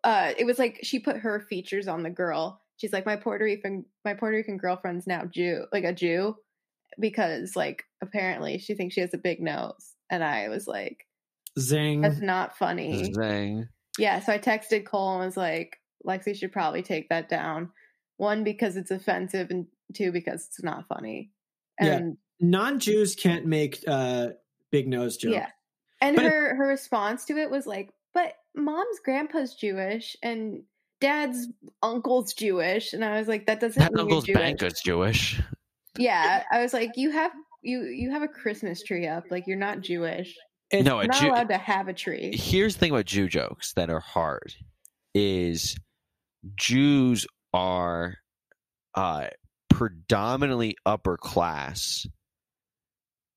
Speaker 1: uh, it was like she put her features on the girl. She's like, my Puerto Rican, my Puerto Rican girlfriend's now Jew, like a Jew, because like apparently she thinks she has a big nose. And I was like,
Speaker 5: Zing.
Speaker 1: that's not funny.
Speaker 4: Zing.
Speaker 1: Yeah. So I texted Cole and was like, Lexi should probably take that down. One, because it's offensive, and two, because it's not funny.
Speaker 5: Yeah.
Speaker 1: And
Speaker 5: non-Jews can't make uh big nose jokes.
Speaker 1: Yeah. And
Speaker 5: But it-
Speaker 1: her her response to it was like, "But mom's grandpa's Jewish and dad's uncle's Jewish," and I was like, "That doesn't
Speaker 4: That
Speaker 1: mean
Speaker 4: uncle's
Speaker 1: you're Jewish."
Speaker 4: banker's Jewish.
Speaker 1: Yeah, I was like, "You have you you have a Christmas tree up, like you're not Jewish.
Speaker 5: It's
Speaker 4: no, Oh, a
Speaker 1: You're not
Speaker 4: Jew.
Speaker 1: allowed to have a tree."
Speaker 4: Here's the thing about Jew jokes that are hard is Jews are uh, predominantly upper class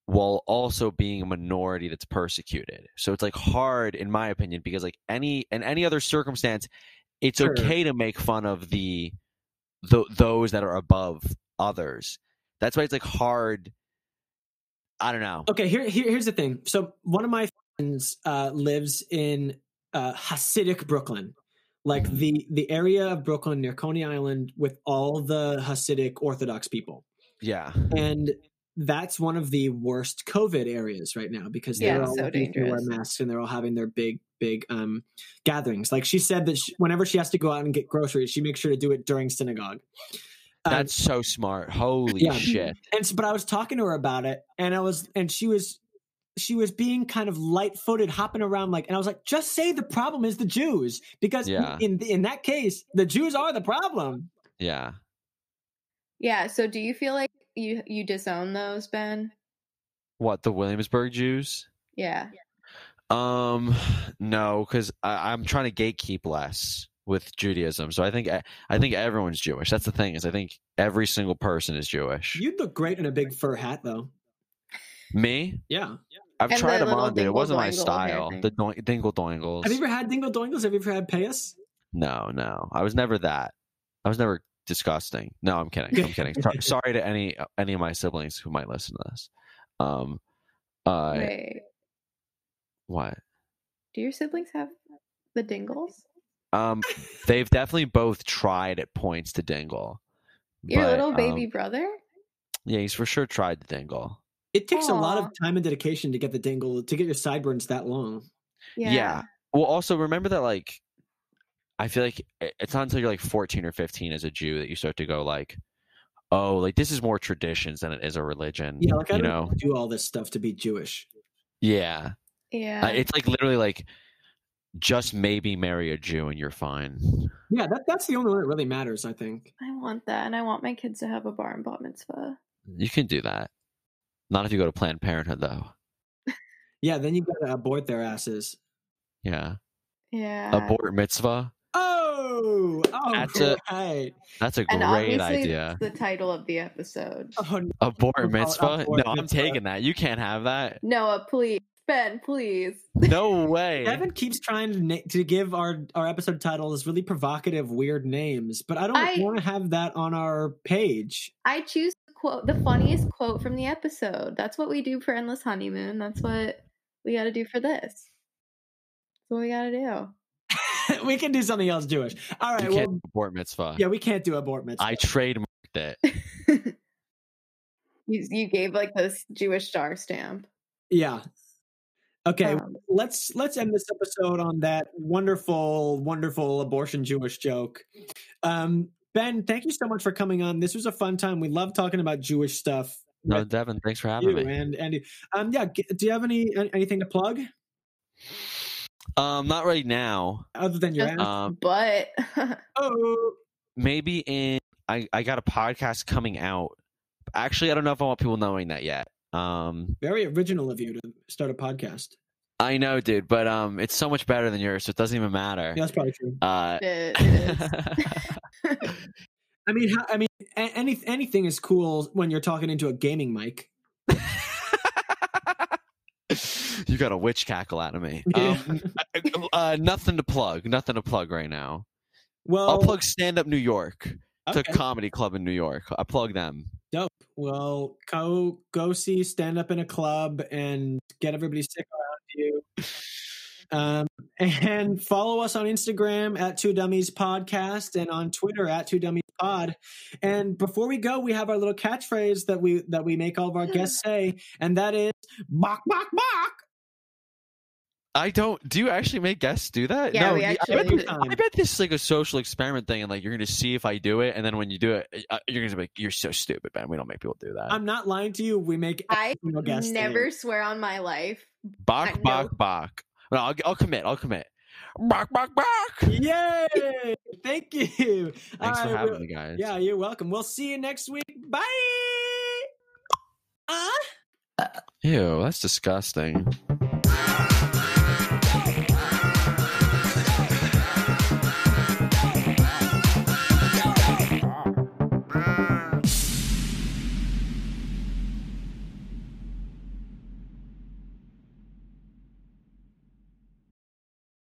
Speaker 4: while also being a minority that's persecuted. So it's like hard in my opinion because like any in any other circumstance it's
Speaker 5: Sure.
Speaker 4: okay to make fun of the, the those that are above others. That's why it's like hard I don't know.
Speaker 5: Okay, here, here here's the thing. So one of my friends uh lives in uh Hasidic Brooklyn. Like
Speaker 1: Mm-hmm.
Speaker 5: the the area of Brooklyn near Coney Island with all the Hasidic Orthodox people.
Speaker 4: Yeah.
Speaker 5: And that's one of the worst COVID areas right now because they're
Speaker 1: Yeah,
Speaker 5: all
Speaker 1: so
Speaker 5: having to wear
Speaker 1: dangerous.
Speaker 5: masks and they're all having their big, big um, gatherings. Like she said that she, whenever she has to go out and get groceries, she makes sure to do it during synagogue. Um,
Speaker 4: That's so smart. Holy
Speaker 5: yeah.
Speaker 4: shit.
Speaker 5: and so, but I was talking to her about it, and I was, and she was, she was being kind of light-footed, hopping around like, and I was like, just say the problem is the Jews, because
Speaker 4: Yeah.
Speaker 5: in in that case, the Jews are the problem.
Speaker 4: Yeah.
Speaker 1: Yeah. So do you feel like you you disown those, Ben?
Speaker 4: What, the Williamsburg Jews?
Speaker 1: Yeah.
Speaker 4: Um, no, because I'm trying to gatekeep less with Judaism. So I think I, I think everyone's Jewish. That's the thing is I think every single person is Jewish.
Speaker 5: You'd look great in a big fur hat, though.
Speaker 4: Me?
Speaker 5: Yeah.
Speaker 4: I've
Speaker 1: And
Speaker 4: tried
Speaker 1: the
Speaker 4: them
Speaker 1: little
Speaker 4: on, dude. It wasn't my
Speaker 1: dingle doingle hair
Speaker 4: style.
Speaker 1: thing.
Speaker 4: The doin dingle dongles.
Speaker 5: Have you ever had dingle dongles? Have you ever had payas?
Speaker 4: No, no. I was never that. I was never disgusting. No, I'm kidding. I'm kidding. Sor- Sorry to any any of my siblings who might listen to this. Um, uh,
Speaker 1: Wait.
Speaker 4: what?
Speaker 1: Do your siblings have the dingles?
Speaker 4: Um, they've definitely both tried at points to dingle.
Speaker 1: Your
Speaker 4: but,
Speaker 1: little
Speaker 4: um,
Speaker 1: baby brother?
Speaker 4: yeah, he's for sure tried to dingle.
Speaker 5: It takes a lot of
Speaker 1: Aw.
Speaker 5: time and dedication to get the dingle to get your sideburns that long.
Speaker 1: Yeah.
Speaker 4: yeah. Well, also remember that like, I feel like i- it's not until you're like 14 or 15 as a Jew that you start to go like, oh, like this is more traditions than it is a religion.
Speaker 5: Yeah, like I
Speaker 4: you
Speaker 5: don't
Speaker 4: know.
Speaker 5: do all this stuff to be Jewish.
Speaker 4: Yeah.
Speaker 1: Yeah.
Speaker 4: Uh, it's like literally like just maybe marry a Jew and you're fine.
Speaker 5: Yeah, that, that's the only one that really matters, I think.
Speaker 1: I want that, and I want my kids to have a bar and bat mitzvah.
Speaker 4: You can do that. Not if you go to Planned Parenthood though.
Speaker 5: Yeah, then you gotta abort their asses.
Speaker 4: Yeah.
Speaker 1: Yeah.
Speaker 4: Abort mitzvah.
Speaker 5: Oh, Oh, all
Speaker 4: That's a-
Speaker 5: right.
Speaker 4: That's a
Speaker 1: and
Speaker 4: great
Speaker 1: obviously
Speaker 4: idea. Uh-huh.
Speaker 1: it's the title of the episode.
Speaker 5: Oh, no.
Speaker 4: A bar
Speaker 5: Oh,
Speaker 4: mitzvah?
Speaker 5: bar
Speaker 4: No, I'm
Speaker 5: mitzvah.
Speaker 4: taking that. You can't have that.
Speaker 1: Noah, uh, please, Ben, please.
Speaker 4: No way.
Speaker 5: Devin keeps trying to, na- to give our, our episode titles really provocative, weird names, but I don't
Speaker 1: I-
Speaker 5: want to have that on our page.
Speaker 1: I choose the quote, the funniest quote from the episode. That's what we do for endless honeymoon. That's what we got to do for this. That's what we got to do.
Speaker 5: we can do something else Jewish. All
Speaker 4: You
Speaker 5: right.
Speaker 4: can't
Speaker 5: Well,
Speaker 4: do a bar mitzvah.
Speaker 5: yeah, we can't do abort mitzvah.
Speaker 4: I trademarked it.
Speaker 1: You, you gave like this Jewish star stamp.
Speaker 5: yeah. Okay.
Speaker 1: Um,
Speaker 5: let's let's end this episode on that wonderful wonderful abortion jewish joke um ben thank you so much for coming on this was a fun time we love talking about jewish stuff
Speaker 4: No,
Speaker 5: with
Speaker 4: Devin, thanks for
Speaker 5: you
Speaker 4: having me.
Speaker 5: and andy um yeah g- do you have any an- anything to plug
Speaker 4: Um, not right now.
Speaker 5: other than your
Speaker 1: Just-
Speaker 5: ass?
Speaker 4: Um,
Speaker 1: but
Speaker 4: Uh,
Speaker 5: oh
Speaker 4: maybe in I I got a podcast coming out. Actually, I don't know if I want people knowing that yet. Um,
Speaker 5: very original of you to start a podcast
Speaker 4: I know, dude, but um, it's so much better than yours, so it doesn't even matter.
Speaker 5: yeah, that's probably true
Speaker 4: Uh,
Speaker 1: it is.
Speaker 5: i mean how, i mean a- any anything is cool when you're talking into a gaming mic
Speaker 4: you got a witch cackle out of me. Um, uh, nothing to plug. Nothing to plug right now.
Speaker 5: well
Speaker 4: I'll plug Stand Up New York. It's
Speaker 5: okay.
Speaker 4: a comedy club in New York. I plug them.
Speaker 5: Well, go go see stand up in a club and get everybody sick around you. Um, and follow us on Instagram at Two Dummies Podcast and on Twitter at Two Dummies Pod. And before we go, we have our little catchphrase that we that we make all of our guests say, and that is "bok bok bok."
Speaker 4: I don't. Do you actually make guests do that?
Speaker 1: Yeah,
Speaker 4: no,
Speaker 1: we
Speaker 4: you- I,
Speaker 1: actually
Speaker 4: bet
Speaker 1: do
Speaker 4: this, I bet this is like a social experiment thing, and like you're gonna see if I do it, and then when you do it, uh, you're gonna be like, "You're so stupid, man. We don't make people do
Speaker 1: Um,
Speaker 4: that."
Speaker 5: I'm not lying to you. We make
Speaker 1: I
Speaker 5: every single guest say it.
Speaker 1: never swear on my life. I
Speaker 4: Bach,
Speaker 1: know.
Speaker 4: bach, bach. No, I'll, I'll commit. I'll commit. Bach, bach, bach.
Speaker 5: Yay! Thank you. All
Speaker 4: Thanks for
Speaker 5: right,
Speaker 4: having
Speaker 5: we'll-
Speaker 4: me, guys.
Speaker 5: Yeah, you're welcome. We'll see you next week. Bye. Uh?
Speaker 4: Ew, that's disgusting.